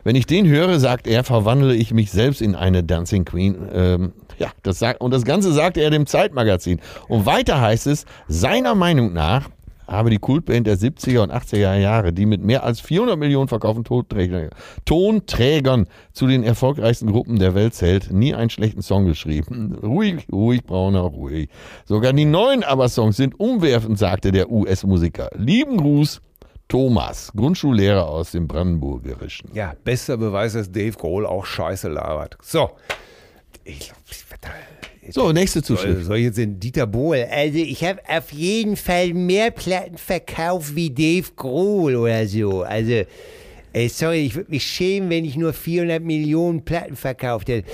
Speaker 2: Wenn ich den höre, sagt er, verwandle ich mich selbst in eine Dancing Queen. Ähm, ja, das sagt, und das Ganze sagte er dem Zeitmagazin. Und weiter heißt es, seiner Meinung nach habe die Kultband der 70er und 80er Jahre, die mit mehr als 400 Millionen verkauften Tonträger, Tonträgern zu den erfolgreichsten Gruppen der Welt zählt, nie einen schlechten Song geschrieben. *laughs* Ruhig, ruhig, Brauner, ruhig. Sogar die neuen ABBA-Songs sind umwerfend, sagte der US-Musiker. Lieben Gruß, Thomas, Grundschullehrer aus dem Brandenburgerischen.
Speaker 3: Ja, bester Beweis, dass Dave Grohl auch Scheiße labert. So. Ich glaub, ich werd da-
Speaker 2: So, nächste
Speaker 3: Soll,
Speaker 2: Zuschrift.
Speaker 3: soll jetzt in Dieter Bohl. Also ich habe auf jeden Fall mehr Platten verkauft wie Dave Grohl oder so. Also äh, sorry, ich würde mich schämen, wenn ich nur 400 Millionen Platten verkauft hätte.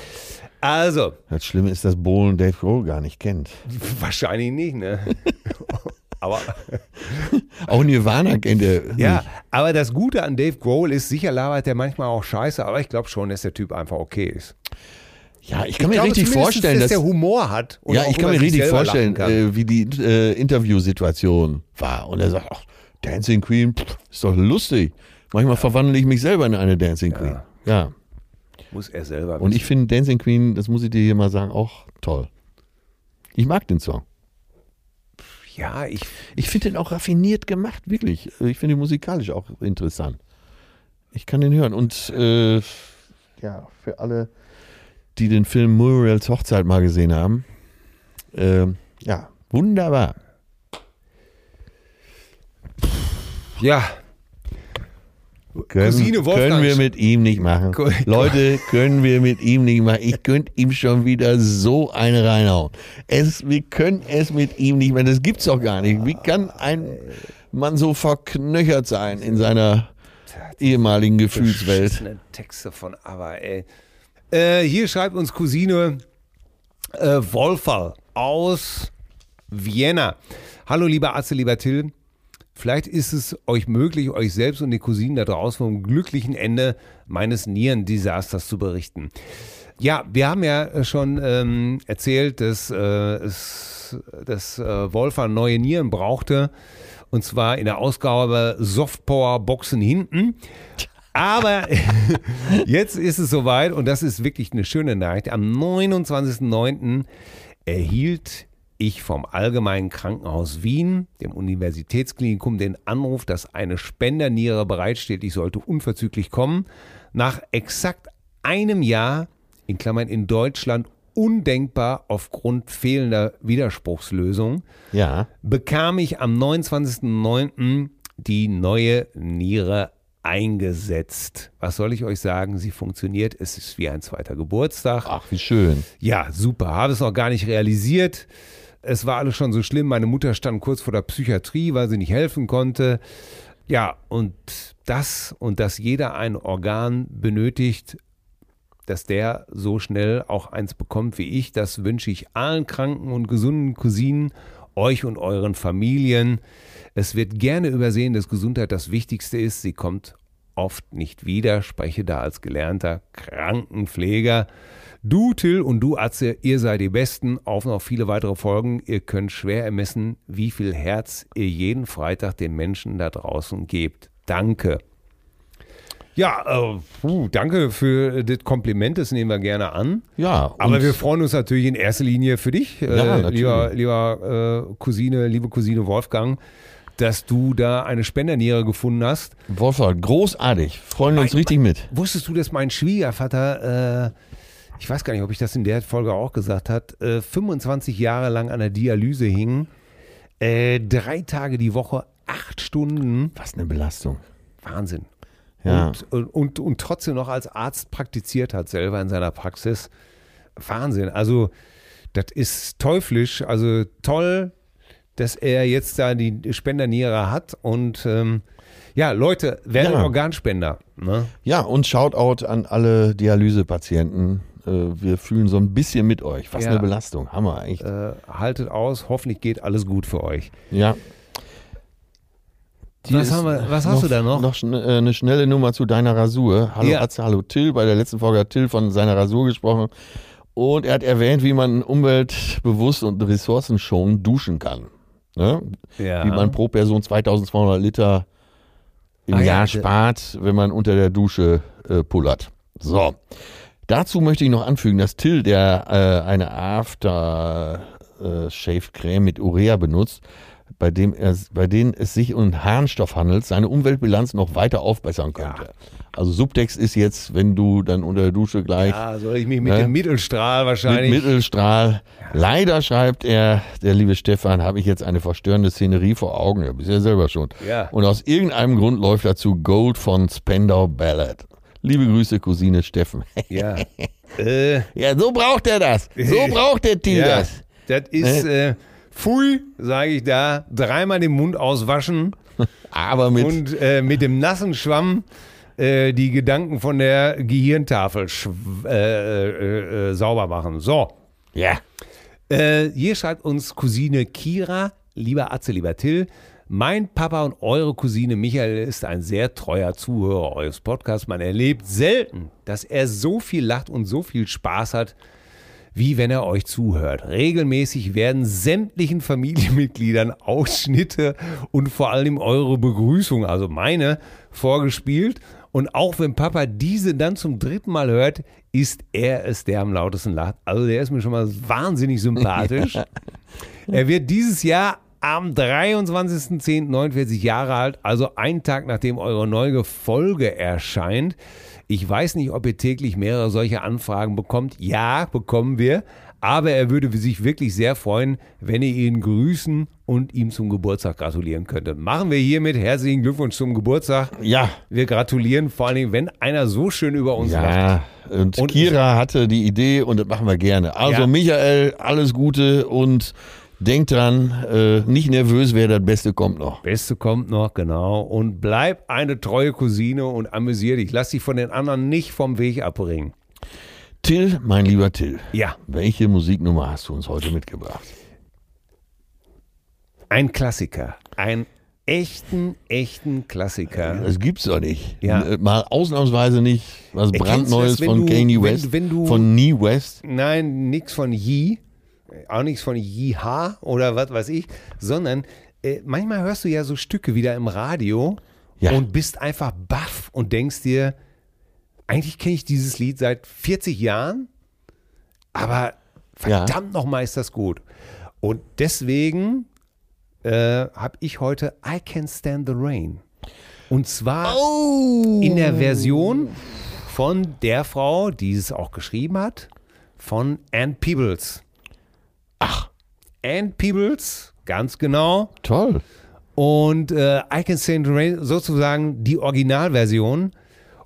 Speaker 3: Also *laughs*
Speaker 2: Das Schlimme ist, dass Bohlen Dave Grohl gar nicht kennt.
Speaker 3: wahrscheinlich nicht,
Speaker 2: *laughs*
Speaker 3: ne? aber
Speaker 2: Auch Nirvana kennt
Speaker 3: *laughs*
Speaker 2: er.
Speaker 3: ja,
Speaker 2: nicht.
Speaker 3: aber das Gute an Dave Grohl ist, sicher labert der manchmal auch Scheiße, aber ich glaube schon, dass der Typ einfach okay ist.
Speaker 2: ja ich kann mir
Speaker 3: Ich glaube
Speaker 2: richtig
Speaker 3: zumindest,
Speaker 2: vorstellen,
Speaker 3: dass,
Speaker 2: dass
Speaker 3: der Humor hat. und
Speaker 2: ja,
Speaker 3: auch
Speaker 2: ich
Speaker 3: über
Speaker 2: kann mir
Speaker 3: sich
Speaker 2: richtig
Speaker 3: selber lachen
Speaker 2: vorstellen,
Speaker 3: kann.
Speaker 2: äh, wie die äh, Interviewsituation war. Und er sagt, ach, Dancing Queen, pff, ist doch lustig. Manchmal verwandle ich mich selber in eine Dancing Queen. Ja.
Speaker 3: Muss er selber.
Speaker 2: Und ich finde Dancing Queen, das muss ich dir hier mal sagen, auch toll. Ich mag den Song.
Speaker 3: wissen. ja, ich
Speaker 2: Ich finde den auch raffiniert gemacht, wirklich. Ich finde ihn musikalisch auch interessant. Ich kann den hören. Und äh, ja, für alle, die den Film Muriels Hochzeit mal gesehen haben, ähm, ja, wunderbar.
Speaker 3: ja.
Speaker 2: Können,
Speaker 3: Cousine Wolfgang.
Speaker 2: können wir mit ihm nicht machen.
Speaker 3: Cool.
Speaker 2: Leute, können wir mit ihm nicht machen. Ich könnte ihm schon wieder so eine reinhauen. Es, wir können es mit ihm nicht machen. Das gibt's doch gar nicht. Wie kann ein Mann so verknöchert sein in seiner ehemaligen Gefühlswelt?
Speaker 3: Beschissene Texte von ABBA, ey. Äh, hier schreibt uns Cousine äh, Wolfer aus Vienna. Hallo lieber Atze, lieber Till. Vielleicht ist es euch möglich, euch selbst und den Cousinen da draußen vom glücklichen Ende meines Nierendesasters zu berichten. Ja, wir haben ja schon ähm, erzählt, dass, äh, es, dass äh, Wolfer neue Nieren brauchte. Und zwar in der Ausgabe Softpower Boxen hinten. Aber *laughs* jetzt ist es soweit und das ist wirklich eine schöne Nachricht. Am 29.09. erhielt ich vom Allgemeinen Krankenhaus Wien, dem Universitätsklinikum, den Anruf, dass eine Spenderniere bereitsteht. Ich sollte unverzüglich kommen. Nach exakt einem Jahr, in Klammern in Deutschland, undenkbar aufgrund fehlender Widerspruchslösung,
Speaker 2: Ja.
Speaker 3: bekam ich am 29.09. die neue Niere eingesetzt. Was soll ich euch sagen? Sie funktioniert. Es ist wie ein zweiter Geburtstag.
Speaker 2: Ach, wie schön.
Speaker 3: Ja, super. Habe es noch gar nicht realisiert. Es war alles schon so schlimm. Meine Mutter stand kurz vor der Psychiatrie, weil sie nicht helfen konnte. Ja, und das und dass jeder ein Organ benötigt, dass der so schnell auch eins bekommt wie ich, das wünsche ich allen kranken und gesunden Cousinen, euch und euren Familien. Es wird gerne übersehen, dass Gesundheit das Wichtigste ist. Sie kommt oft nicht wieder, spreche da als gelernter Krankenpfleger Du, Till und du, Atze, ihr seid die Besten. Auf noch viele weitere Folgen. Ihr könnt schwer ermessen, wie viel Herz ihr jeden Freitag den Menschen da draußen gebt. Danke. Ja, äh, puh, danke für das Kompliment, das nehmen wir gerne an.
Speaker 2: Ja,
Speaker 3: Aber
Speaker 2: und-
Speaker 3: wir freuen uns natürlich in erster Linie für dich, äh,
Speaker 2: Ja, natürlich.
Speaker 3: lieber, lieber äh, Cousine, liebe Cousine Wolfgang, dass du da eine Spenderniere gefunden hast.
Speaker 2: Wolfgang, großartig. Freuen wir uns richtig mit.
Speaker 3: Wusstest du, dass mein Schwiegervater, äh, ich weiß gar nicht, ob ich das in der Folge auch gesagt hat, äh, 25 Jahre lang an der Dialyse hing, äh, drei Tage die Woche, acht Stunden,
Speaker 2: Was eine Belastung.
Speaker 3: Wahnsinn.
Speaker 2: Ja.
Speaker 3: Und, und, und, und trotzdem noch als Arzt praktiziert hat, selber in seiner Praxis. Wahnsinn. Also, das ist teuflisch. Also, toll, dass er jetzt da die Spenderniere hat. Und ähm, ja, Leute, werdet
Speaker 2: Ja.
Speaker 3: Organspender. Ne?
Speaker 2: Ja, und Shoutout an alle Dialysepatienten. Äh, Wir fühlen so ein bisschen mit euch. Was
Speaker 3: Ja.
Speaker 2: eine Belastung. Hammer, echt.
Speaker 3: äh, haltet aus, hoffentlich geht alles gut für euch.
Speaker 2: Ja. Die
Speaker 3: Was
Speaker 2: ist
Speaker 3: haben wir- was hast du da noch?
Speaker 2: Noch schn äh, eine schnelle Nummer zu deiner Rasur. Hallo
Speaker 3: Ja.
Speaker 2: Atze, hallo Till. Bei der letzten Folge hat Till von seiner Rasur gesprochen. Und er hat erwähnt, wie man umweltbewusst und ressourcenschonend duschen kann. Ne?
Speaker 3: Ja.
Speaker 2: Wie man pro Person 2200 Liter im
Speaker 3: Ah ja,
Speaker 2: Jahr
Speaker 3: de-
Speaker 2: spart, wenn man unter der Dusche äh, pullert. So. Dazu möchte ich noch anfügen, dass Till, der äh, eine After-Shave-Creme mit Urea benutzt, bei, dem er, bei denen es sich um Harnstoff handelt, seine Umweltbilanz noch weiter aufbessern könnte. Also Subtext ist jetzt, wenn du dann unter der Dusche gleich
Speaker 3: Ah, soll ich mich mit
Speaker 2: Ne?
Speaker 3: dem Mittelstrahl
Speaker 2: mit
Speaker 3: wahrscheinlich.
Speaker 2: Mittelstrahl. Leider schreibt er, der liebe Stefan, habe ich jetzt eine verstörende Szenerie vor Augen. Ja, bist ja selber schon.
Speaker 3: Ja.
Speaker 2: Und aus irgendeinem Grund läuft dazu Gold von Spandau Ballad. Liebe Grüße, Cousine Steffen. *laughs*
Speaker 3: ja. äh,
Speaker 2: ja, so braucht er das.
Speaker 3: *laughs*
Speaker 2: So braucht der Till
Speaker 3: ja.
Speaker 2: das.
Speaker 3: Das ist, äh, pfui, sage ich da, dreimal den Mund auswaschen
Speaker 2: Aber mit
Speaker 3: und äh, mit dem nassen Schwamm äh, die Gedanken von der Gehirntafel schw- äh, äh, äh, sauber machen. So.
Speaker 2: ja.
Speaker 3: Äh, hier schreibt uns Cousine Kira, lieber Atze, lieber Till. Mein Papa und eure Cousine Michael ist ein sehr treuer Zuhörer eures Podcasts. Man erlebt selten, dass er so viel lacht und so viel Spaß hat, wie wenn er euch zuhört. Regelmäßig werden sämtlichen Familienmitgliedern Ausschnitte und vor allem eure Begrüßung, also meine, vorgespielt. Und auch wenn Papa diese dann zum dritten Mal hört, ist er es, der am lautesten lacht. Also der ist mir schon mal wahnsinnig sympathisch. Er wird dieses Jahr am 23.10. 49 Jahre alt, also einen Tag nachdem eure neue Folge erscheint. Ich weiß nicht, ob ihr täglich mehrere solche Anfragen bekommt. Ja, bekommen wir. Aber er würde sich wirklich sehr freuen, wenn ihr ihn grüßen und ihm zum Geburtstag gratulieren könntet. Machen wir hiermit herzlichen Glückwunsch zum Geburtstag.
Speaker 2: Ja.
Speaker 3: Wir gratulieren vor allen Dingen, wenn einer so schön über uns lacht.
Speaker 2: Ja, und,
Speaker 3: Und-
Speaker 2: Kira hatte die Idee und das machen wir gerne. Also
Speaker 3: Ja.
Speaker 2: Michael, alles Gute und denkt dran, äh, nicht nervös wer das Beste kommt noch.
Speaker 3: Beste kommt noch, genau. Und bleib eine treue Cousine und amüsier dich. Lass dich von den anderen nicht vom Weg abbringen.
Speaker 2: Till, mein lieber Till.
Speaker 3: Ja,
Speaker 2: Welche Musiknummer hast du uns heute mitgebracht?
Speaker 3: ein Klassiker. Einen echten, echten Klassiker.
Speaker 2: Das gibt's doch nicht.
Speaker 3: Ja.
Speaker 2: Äh, Mal ausnahmsweise nicht was
Speaker 3: Erkennst
Speaker 2: brandneues
Speaker 3: du das, wenn
Speaker 2: von
Speaker 3: du-
Speaker 2: Kanye
Speaker 3: wenn-
Speaker 2: West,
Speaker 3: wenn du-
Speaker 2: von Nie West.
Speaker 3: Nein, nichts von Yi, auch nichts von Yiha oder was weiß ich, sondern äh, manchmal hörst du ja so Stücke wieder im Radio
Speaker 2: Ja.
Speaker 3: und bist einfach baff und denkst dir, eigentlich kenne ich dieses Lied seit 40 Jahren, aber
Speaker 2: Ja.
Speaker 3: verdammt nochmal ist das gut. Und deswegen äh, habe ich heute I Can Stand the Rain. Und zwar in der Version von der Frau, die es auch geschrieben hat, von Ann Peebles. Ach. Ann Peebles, ganz genau.
Speaker 2: Toll.
Speaker 3: Und äh, I Can Stand the Rain, sozusagen die Originalversion.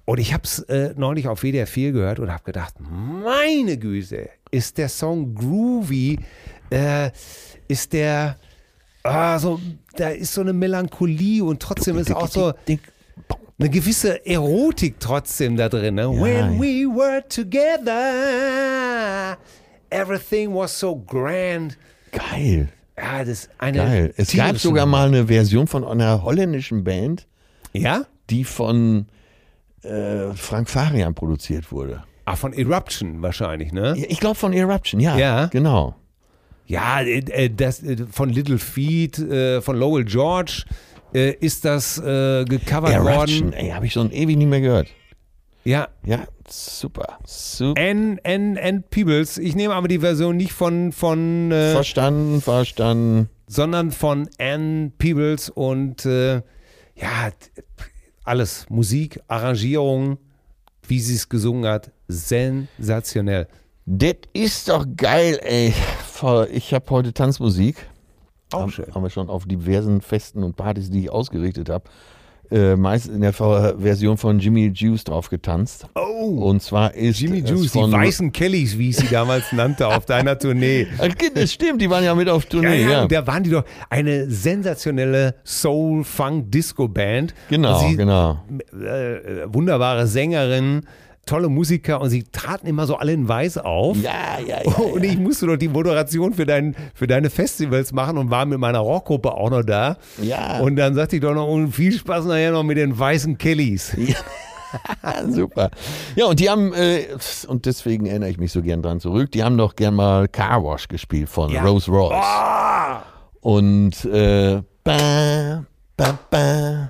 Speaker 3: Und ich habe es äh, neulich auf WDR 4 gehört und habe gedacht, meine Güte, ist der Song groovy, äh, ist der, ah, so, da ist so eine Melancholie und trotzdem ist auch so, eine gewisse Erotik trotzdem da drin. Ne? When we were together, everything was so grand.
Speaker 2: Geil.
Speaker 3: Ja, das ist eine
Speaker 2: Geil. Es gab
Speaker 3: tierische-
Speaker 2: sogar mal eine Version von einer holländischen Band,
Speaker 3: Ja?
Speaker 2: die von äh, Frank Farian produziert wurde.
Speaker 3: Ach, Ah, von Eruption wahrscheinlich, ne?
Speaker 2: Ich glaube von Eruption, ja.
Speaker 3: Ja.
Speaker 2: Genau.
Speaker 3: Ja, äh, äh, das äh, von Little Feet, äh, von Lowell George äh, ist das äh, gecovert
Speaker 2: Eruption,
Speaker 3: worden.
Speaker 2: ey, habe ich schon ewig nicht mehr gehört.
Speaker 3: Ja,
Speaker 2: Ja, super. Super.
Speaker 3: N, N, N Peebles. Ich nehme aber die Version nicht von, von äh,
Speaker 2: Verstanden, verstanden.
Speaker 3: sondern von Ann Peebles und äh, ja, t- alles. Musik, Arrangierung, wie sie es gesungen hat, sensationell.
Speaker 2: Das ist doch geil, ey. Voll, Ich habe heute Tanzmusik.
Speaker 3: Auch
Speaker 2: haben,
Speaker 3: schön.
Speaker 2: haben wir schon auf diversen Festen und Partys, die ich ausgerichtet habe, äh, meist in der V- Version von Jimmy Juice drauf getanzt.
Speaker 3: Oh,
Speaker 2: Und zwar ist
Speaker 3: Jimmy
Speaker 2: es
Speaker 3: Juice, die
Speaker 2: von
Speaker 3: weißen Kellys, wie ich sie damals nannte, auf deiner Tournee.
Speaker 2: Ach, kind, Äh, Das stimmt, die waren ja mit auf
Speaker 3: Ja,
Speaker 2: Tournee.
Speaker 3: ja,
Speaker 2: ja.
Speaker 3: Und da waren die doch eine sensationelle Soul-Funk-Disco-Band.
Speaker 2: Genau,
Speaker 3: Und sie,
Speaker 2: genau.
Speaker 3: Äh, wunderbare Sängerin, tolle Musiker und sie traten immer so alle in weiß auf.
Speaker 2: Ja, ja, ja.
Speaker 3: Oh, und ich musste doch die Moderation für, dein, für deine Festivals machen und war mit meiner Rockgruppe auch noch da.
Speaker 2: Ja.
Speaker 3: Und dann sagte ich doch noch, und viel Spaß nachher noch mit den weißen Kellys.
Speaker 2: Ah, *laughs* super. Ja, und die haben, äh, und deswegen erinnere ich mich so gern dran zurück, die haben doch gern mal Car Wash gespielt von Rolls Royce. Und äh, ba, ba, ba.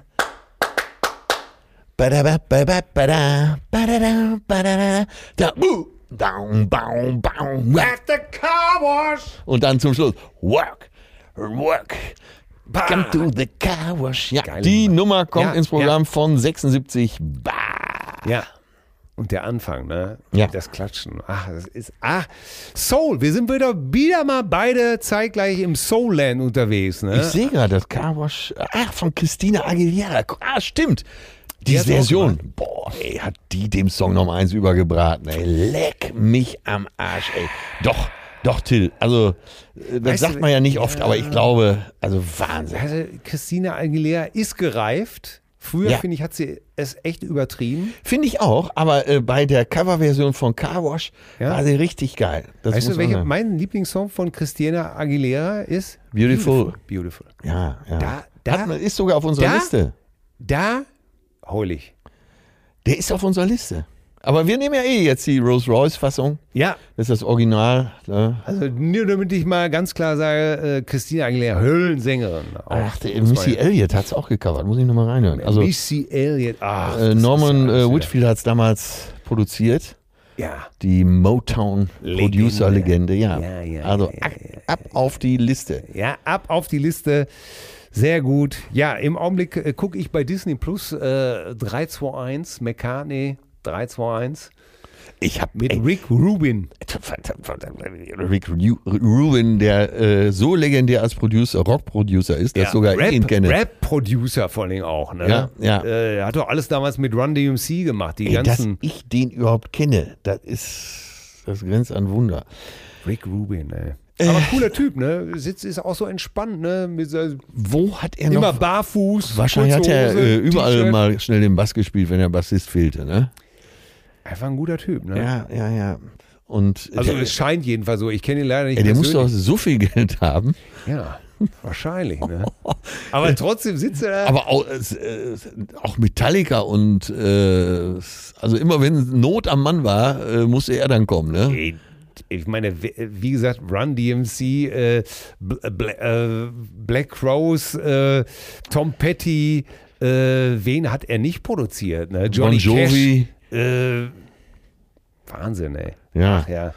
Speaker 2: Ba-da-ba, ba-ba, ba-da, ba-da-da, ba-da-da, da, uh, down, bow, bow, whack.
Speaker 3: At the car wash.
Speaker 2: Und dann zum Schluss, work, work. Come to the car wash. Ja,
Speaker 3: Geile
Speaker 2: die
Speaker 3: Nummer.
Speaker 2: Nummer kommt
Speaker 3: Ja,
Speaker 2: ins
Speaker 3: ja.
Speaker 2: Programm von 76. Bah.
Speaker 3: Ja. Und der Anfang, ne?
Speaker 2: Ja.
Speaker 3: Das Klatschen. Ach, das ist. Ach, Soul. Wir sind wieder, wieder mal beide zeitgleich im Soul-Land unterwegs,
Speaker 2: Ich
Speaker 3: ne?
Speaker 2: sehe gerade das Carwash. Ach, von Christina Aguilera. Ah, stimmt. Die
Speaker 3: hat's auch
Speaker 2: Version. Boah, ey, hat die dem Song nochmal eins übergebraten, ey. Leck mich am Arsch, ey. Doch, doch, Till. Also, äh, das
Speaker 3: Weißt
Speaker 2: sagt
Speaker 3: du,
Speaker 2: man ja nicht oft, aber ich glaube, also Wahnsinn.
Speaker 3: Also, Christina Aguilera ist gereift. Früher,
Speaker 2: Ja.
Speaker 3: finde ich, hat sie es echt übertrieben.
Speaker 2: Finde ich auch, aber äh, bei der Coverversion von Carwash
Speaker 3: Ja.
Speaker 2: war sie richtig geil.
Speaker 3: Weißt
Speaker 2: Das muss
Speaker 3: du,
Speaker 2: man
Speaker 3: welcher
Speaker 2: sagen.
Speaker 3: mein Lieblingssong von Christina Aguilera ist?
Speaker 2: Beautiful.
Speaker 3: Beautiful.
Speaker 2: Ja, ja.
Speaker 3: Da- da-
Speaker 2: Hat man, ist sogar auf unserer
Speaker 3: da-
Speaker 2: Liste.
Speaker 3: Da hol ich.
Speaker 2: Der ist auf unserer Liste. Aber wir nehmen ja eh jetzt die Rolls-Royce-Fassung.
Speaker 3: Ja,
Speaker 2: Das ist das Original. Ne?
Speaker 3: also nur damit ich mal ganz klar sage, äh, Christina Aguilera, Höhlensängerin. Auch,
Speaker 2: Ach, der
Speaker 3: muss man
Speaker 2: Missy
Speaker 3: ja-
Speaker 2: Elliott hat es auch gecovert, muss ich nochmal reinhören. Also äh,
Speaker 3: Missy Elliott. Ach, das ist
Speaker 2: Norman
Speaker 3: alles
Speaker 2: äh,
Speaker 3: wieder-
Speaker 2: Whitfield hat es damals produziert,
Speaker 3: Ja.
Speaker 2: die Motown-Producer-Legende, ja.
Speaker 3: Ja, ja,
Speaker 2: Also
Speaker 3: ja,
Speaker 2: ab, ab auf die Liste.
Speaker 3: Ja, ab auf die Liste. Sehr gut. Ja, im Augenblick äh, gucke ich bei Disney Plus äh, 321, McCartney 321
Speaker 2: Ich habe
Speaker 3: mit Rick Rubin.
Speaker 2: Rick Ru- Rubin, der äh, so legendär als Producer, Rock-Producer ist, dass sogar ich ihn
Speaker 3: Rap,
Speaker 2: kenne.
Speaker 3: Rap-Producer vor allem auch. Ne?
Speaker 2: Ja, ja.
Speaker 3: Äh, hat doch alles damals mit Run DMC gemacht. Die
Speaker 2: Ey, dass
Speaker 3: ganzen.
Speaker 2: ich den überhaupt kenne, das ist, das grenzt an Wunder.
Speaker 3: Rick Rubin, ey.
Speaker 2: Äh.
Speaker 3: Aber cooler Typ, ne? Sitzt ist auch so entspannt, ne? Mit, so-
Speaker 2: Wo hat er
Speaker 3: immer
Speaker 2: noch...
Speaker 3: barfuß.
Speaker 2: Wahrscheinlich hat
Speaker 3: kurze
Speaker 2: er
Speaker 3: Hose,
Speaker 2: äh, überall
Speaker 3: T-Shirt.
Speaker 2: mal schnell den Bass gespielt, wenn der Bassist fehlte, ne?
Speaker 3: Einfach ein guter Typ, ne?
Speaker 2: Ja, ja, ja. Und
Speaker 3: Also
Speaker 2: der,
Speaker 3: es scheint jedenfalls so. Ich kenne ihn leider nicht.
Speaker 2: ey, der muss doch
Speaker 3: persönlich.
Speaker 2: so viel Geld haben.
Speaker 3: Ja, wahrscheinlich,
Speaker 2: *laughs*
Speaker 3: ne? Aber trotzdem sitzt er da.
Speaker 2: Aber auch, äh, auch Metallica und äh, also immer wenn Not am Mann war, äh, musste er dann kommen, ne?
Speaker 3: Ey, ich meine, wie- wie gesagt, Run DMC, äh, Bl- Bla- äh, Black Rose, äh, Tom Petty, äh, wen hat er nicht produziert? Ne? Johnny
Speaker 2: Bon Jovi.
Speaker 3: Cash. Äh, Wahnsinn, ey.
Speaker 2: Ja,
Speaker 3: Ach ja.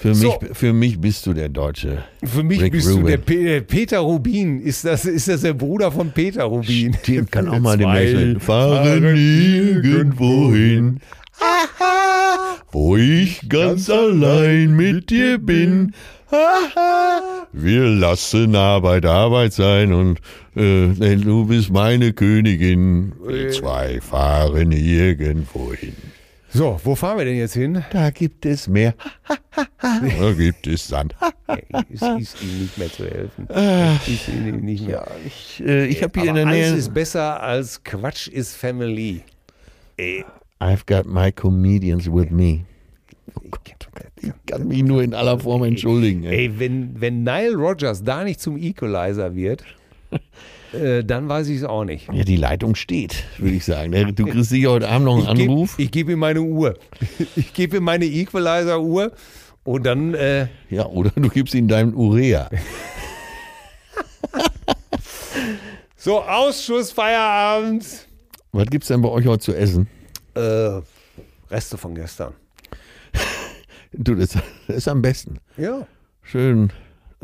Speaker 2: für,
Speaker 3: So.
Speaker 2: mich, für mich bist du der Deutsche.
Speaker 3: Für mich
Speaker 2: Rick
Speaker 3: bist
Speaker 2: Rubin.
Speaker 3: du der Pe der Peter Rubin. Ist das, ist das der Bruder von Peter Rubin?
Speaker 2: Tim
Speaker 3: *laughs*
Speaker 2: kann auch mal den
Speaker 3: Zwei
Speaker 2: Menschen fahren irgendwo hin. Aha, wo ich ganz allein mit dir bin. Aha, wir lassen Arbeit Arbeit sein und äh, denn du bist meine Königin. Wir zwei fahren irgendwo hin.
Speaker 3: So, wo fahren wir denn jetzt hin?
Speaker 2: Da gibt es Meer, da gibt es Sand.
Speaker 3: Es ist ihm nicht mehr zu
Speaker 2: *laughs*
Speaker 3: helfen. Es ist ihm nicht mehr.
Speaker 2: Ich, äh, ich habe hier
Speaker 3: Aber
Speaker 2: in der
Speaker 3: alles
Speaker 2: Nähe.
Speaker 3: ist besser als Quatsch ist Family.
Speaker 2: I've got my comedians with me. Ich kann mich nur in aller Form entschuldigen.
Speaker 3: *laughs*
Speaker 2: ey.
Speaker 3: Ey, wenn, wenn Nile Rogers da nicht zum Equalizer wird, äh, dann weiß ich es auch nicht.
Speaker 2: Ja, die Leitung steht, würde ich sagen. Du kriegst sicher heute Abend noch einen
Speaker 3: Ich geb-
Speaker 2: Anruf.
Speaker 3: Ich gebe ihm meine Uhr. *laughs* Ich gebe ihm meine Equalizer-Uhr und dann äh,
Speaker 2: Ja, oder du gibst ihm deinen Urea.
Speaker 3: so Ausschuss, Feierabend.
Speaker 2: Was gibt's denn bei euch heute zu essen?
Speaker 3: Äh, Reste von gestern.
Speaker 2: Du, das das ist am besten.
Speaker 3: Ja.
Speaker 2: Schön,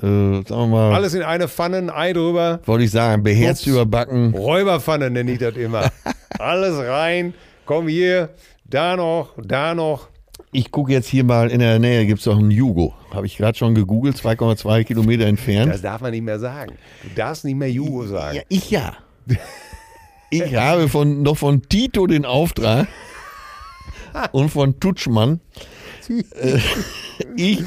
Speaker 2: äh, sagen wir mal,
Speaker 3: Alles in eine Pfanne, ein Ei drüber.
Speaker 2: wollte ich sagen, beherzt
Speaker 3: Ups.
Speaker 2: überbacken.
Speaker 3: Räuberpfanne nenne ich das *laughs* immer. Alles rein. Komm hier, da noch, da noch.
Speaker 2: Ich gucke jetzt hier mal, in der Nähe gibt's doch einen Jugo. Habe ich gerade schon gegoogelt, 2,2 Kilometer entfernt.
Speaker 3: Das darf man nicht mehr sagen. Du darfst nicht mehr Jugo sagen.
Speaker 2: Ja, ich ja. *laughs* Ich habe von, noch von Tito den *laughs* Auftrag und von Tutschmann. Äh, *laughs* ich,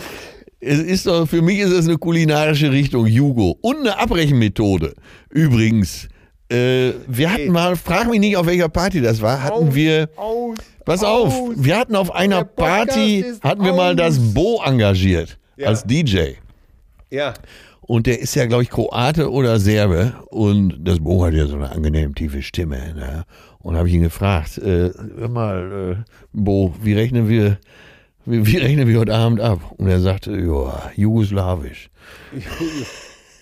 Speaker 2: es ist doch, für mich ist es eine kulinarische Richtung, Jugo. Und eine Abrechenmethode. Übrigens, äh, wir hatten mal, frag mich nicht, auf welcher Party das war, hatten wir,
Speaker 3: Aus,
Speaker 2: pass auf,
Speaker 3: aus.
Speaker 2: wir hatten auf einer
Speaker 3: Podcast
Speaker 2: Party,
Speaker 3: ist
Speaker 2: hatten wir mal
Speaker 3: aus.
Speaker 2: das Bo engagiert
Speaker 3: Ja.
Speaker 2: als DJ.
Speaker 3: Ja.
Speaker 2: Und der ist ja, glaube ich, Kroate oder Serbe. Und das Bo hat ja so eine angenehm tiefe Stimme. Ne? Und habe ich ihn gefragt, äh, hör mal, äh, Bo, wie rechnen wir, wie, wie rechnen wir heute Abend ab? Und er sagte, ja, jugoslawisch.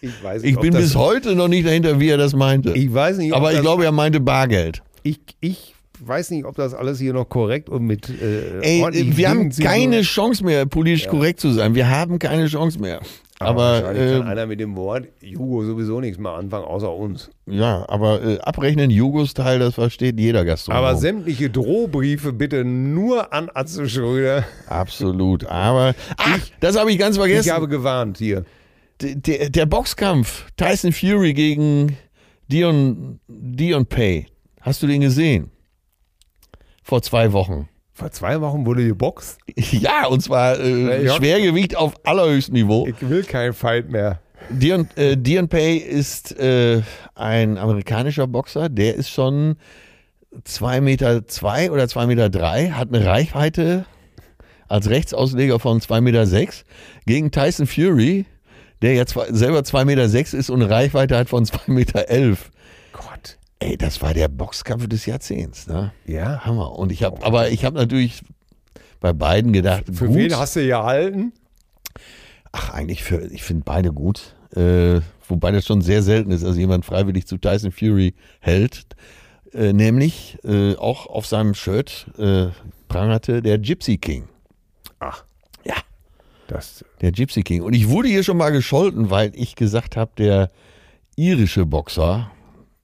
Speaker 3: Ich weiß nicht,
Speaker 2: Ich
Speaker 3: ob
Speaker 2: bin
Speaker 3: das,
Speaker 2: bis heute noch nicht dahinter, wie er das meinte.
Speaker 3: Ich weiß nicht, ob
Speaker 2: Aber ich
Speaker 3: das-
Speaker 2: glaube, er meinte Bargeld.
Speaker 3: ich, ich weiß nicht, ob das alles hier noch korrekt und mit äh,
Speaker 2: Ey,
Speaker 3: ordentlichen
Speaker 2: wir haben
Speaker 3: Dingen zu-
Speaker 2: keine Chance mehr, politisch korrekt zu sein. Wir haben keine Chance mehr. Aber,
Speaker 3: wahrscheinlich
Speaker 2: äh,
Speaker 3: kann einer mit dem Wort Jugo sowieso nichts mehr anfangen, außer uns.
Speaker 2: ja, aber äh, abrechnen Jugos-Teil, das versteht jeder Gastronom.
Speaker 3: Aber sämtliche Drohbriefe bitte nur an Atze Schröder.
Speaker 2: Absolut, aber ach, das habe ich ganz vergessen.
Speaker 3: Ich habe gewarnt hier.
Speaker 2: D- der, der Boxkampf Tyson Fury gegen Dion Dion Pay. Hast du den gesehen? Vor zwei Wochen. *laughs*
Speaker 3: Vor zwei Wochen wurde geboxt.
Speaker 2: Ja, und zwar äh,
Speaker 3: Ja.
Speaker 2: Schwergewicht auf allerhöchstem Niveau.
Speaker 3: Ich will keinen Fight mehr.
Speaker 2: Dion, äh, Dion Pay ist äh, ein amerikanischer Boxer, der ist schon 2 Meter zwei oder 2 Meter, drei, hat eine Reichweite als Rechtsausleger von 2 Meter sechs, gegen Tyson Fury, der jetzt zwar- selber 2 Meter sechs ist und eine Reichweite hat von *laughs* 2 Meter. elf.
Speaker 3: Gott.
Speaker 2: Ey, das war der Boxkampf des Jahrzehnts, ne?
Speaker 3: Ja.
Speaker 2: Hammer. Und ich habe, aber ich habe natürlich bei beiden gedacht,
Speaker 3: Für
Speaker 2: gut,
Speaker 3: wen hast du gehalten?
Speaker 2: Ach, eigentlich für, ich finde beide gut. Äh, wobei das schon sehr selten ist, dass jemand freiwillig zu Tyson Fury hält. Äh, nämlich äh, auch auf seinem Shirt äh, prangerte der Gypsy King.
Speaker 3: Ach.
Speaker 2: Ja.
Speaker 3: Das,
Speaker 2: Der Gypsy King. Und ich wurde hier schon mal gescholten, weil ich gesagt habe, der irische Boxer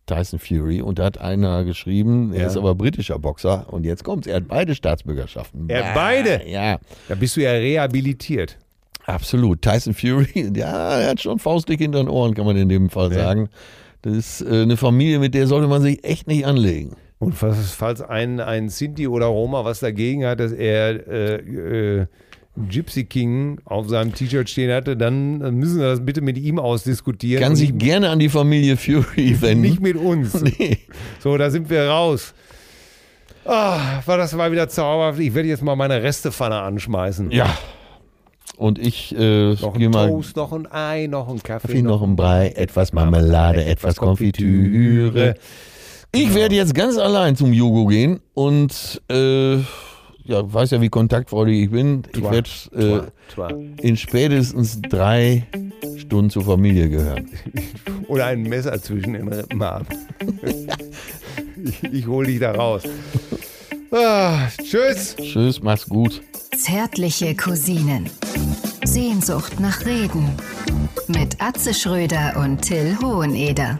Speaker 2: Tyson Fury. Und da hat einer geschrieben, er
Speaker 3: Ja.
Speaker 2: ist aber britischer Boxer. Und jetzt kommt's, er hat beide Staatsbürgerschaften.
Speaker 3: Er hat beide?
Speaker 2: Ja.
Speaker 3: da bist du ja rehabilitiert.
Speaker 2: Absolut. Tyson Fury, *laughs* ja, er hat schon faustdick hinter den Ohren, kann man in dem Fall sagen. Das ist äh, eine Familie, mit der sollte man sich echt nicht anlegen.
Speaker 3: Und falls, falls ein, ein Sinti oder Roma was dagegen hat, dass er äh, äh, Gypsy King auf seinem T-Shirt stehen hatte, dann müssen wir das bitte mit ihm ausdiskutieren.
Speaker 2: Kann
Speaker 3: und
Speaker 2: sich
Speaker 3: nicht,
Speaker 2: gerne an die Familie Fury wenden.
Speaker 3: nicht mit uns.
Speaker 2: *laughs* Nee.
Speaker 3: So, da sind wir raus. Ah, war das mal wieder zauberhaft. Ich werde jetzt mal meine Restepfanne anschmeißen.
Speaker 2: Ja. Und ich äh,
Speaker 3: Noch
Speaker 2: gehe
Speaker 3: ein
Speaker 2: mal
Speaker 3: Toast, noch ein Ei, noch ein Kaffee.
Speaker 2: Kaffee, noch einen Brei, etwas Marmelade, etwas Konfitüre.
Speaker 3: Genau.
Speaker 2: Ich werde jetzt ganz allein zum Jugo gehen und äh, ja, weiß ja, wie kontaktfreudig ich bin. Ich
Speaker 3: Twa,
Speaker 2: werde äh,
Speaker 3: twa, twa.
Speaker 2: in spätestens drei Stunden zur Familie gehören.
Speaker 3: Oder ein Messer zwischen den Rippen
Speaker 2: *laughs*
Speaker 3: haben. ich ich hole dich da raus. Ah, tschüss.
Speaker 2: Tschüss, mach's gut.
Speaker 1: Zärtliche Cousinen. Sehnsucht nach Reden. Mit Atze Schröder und Till Hoheneder.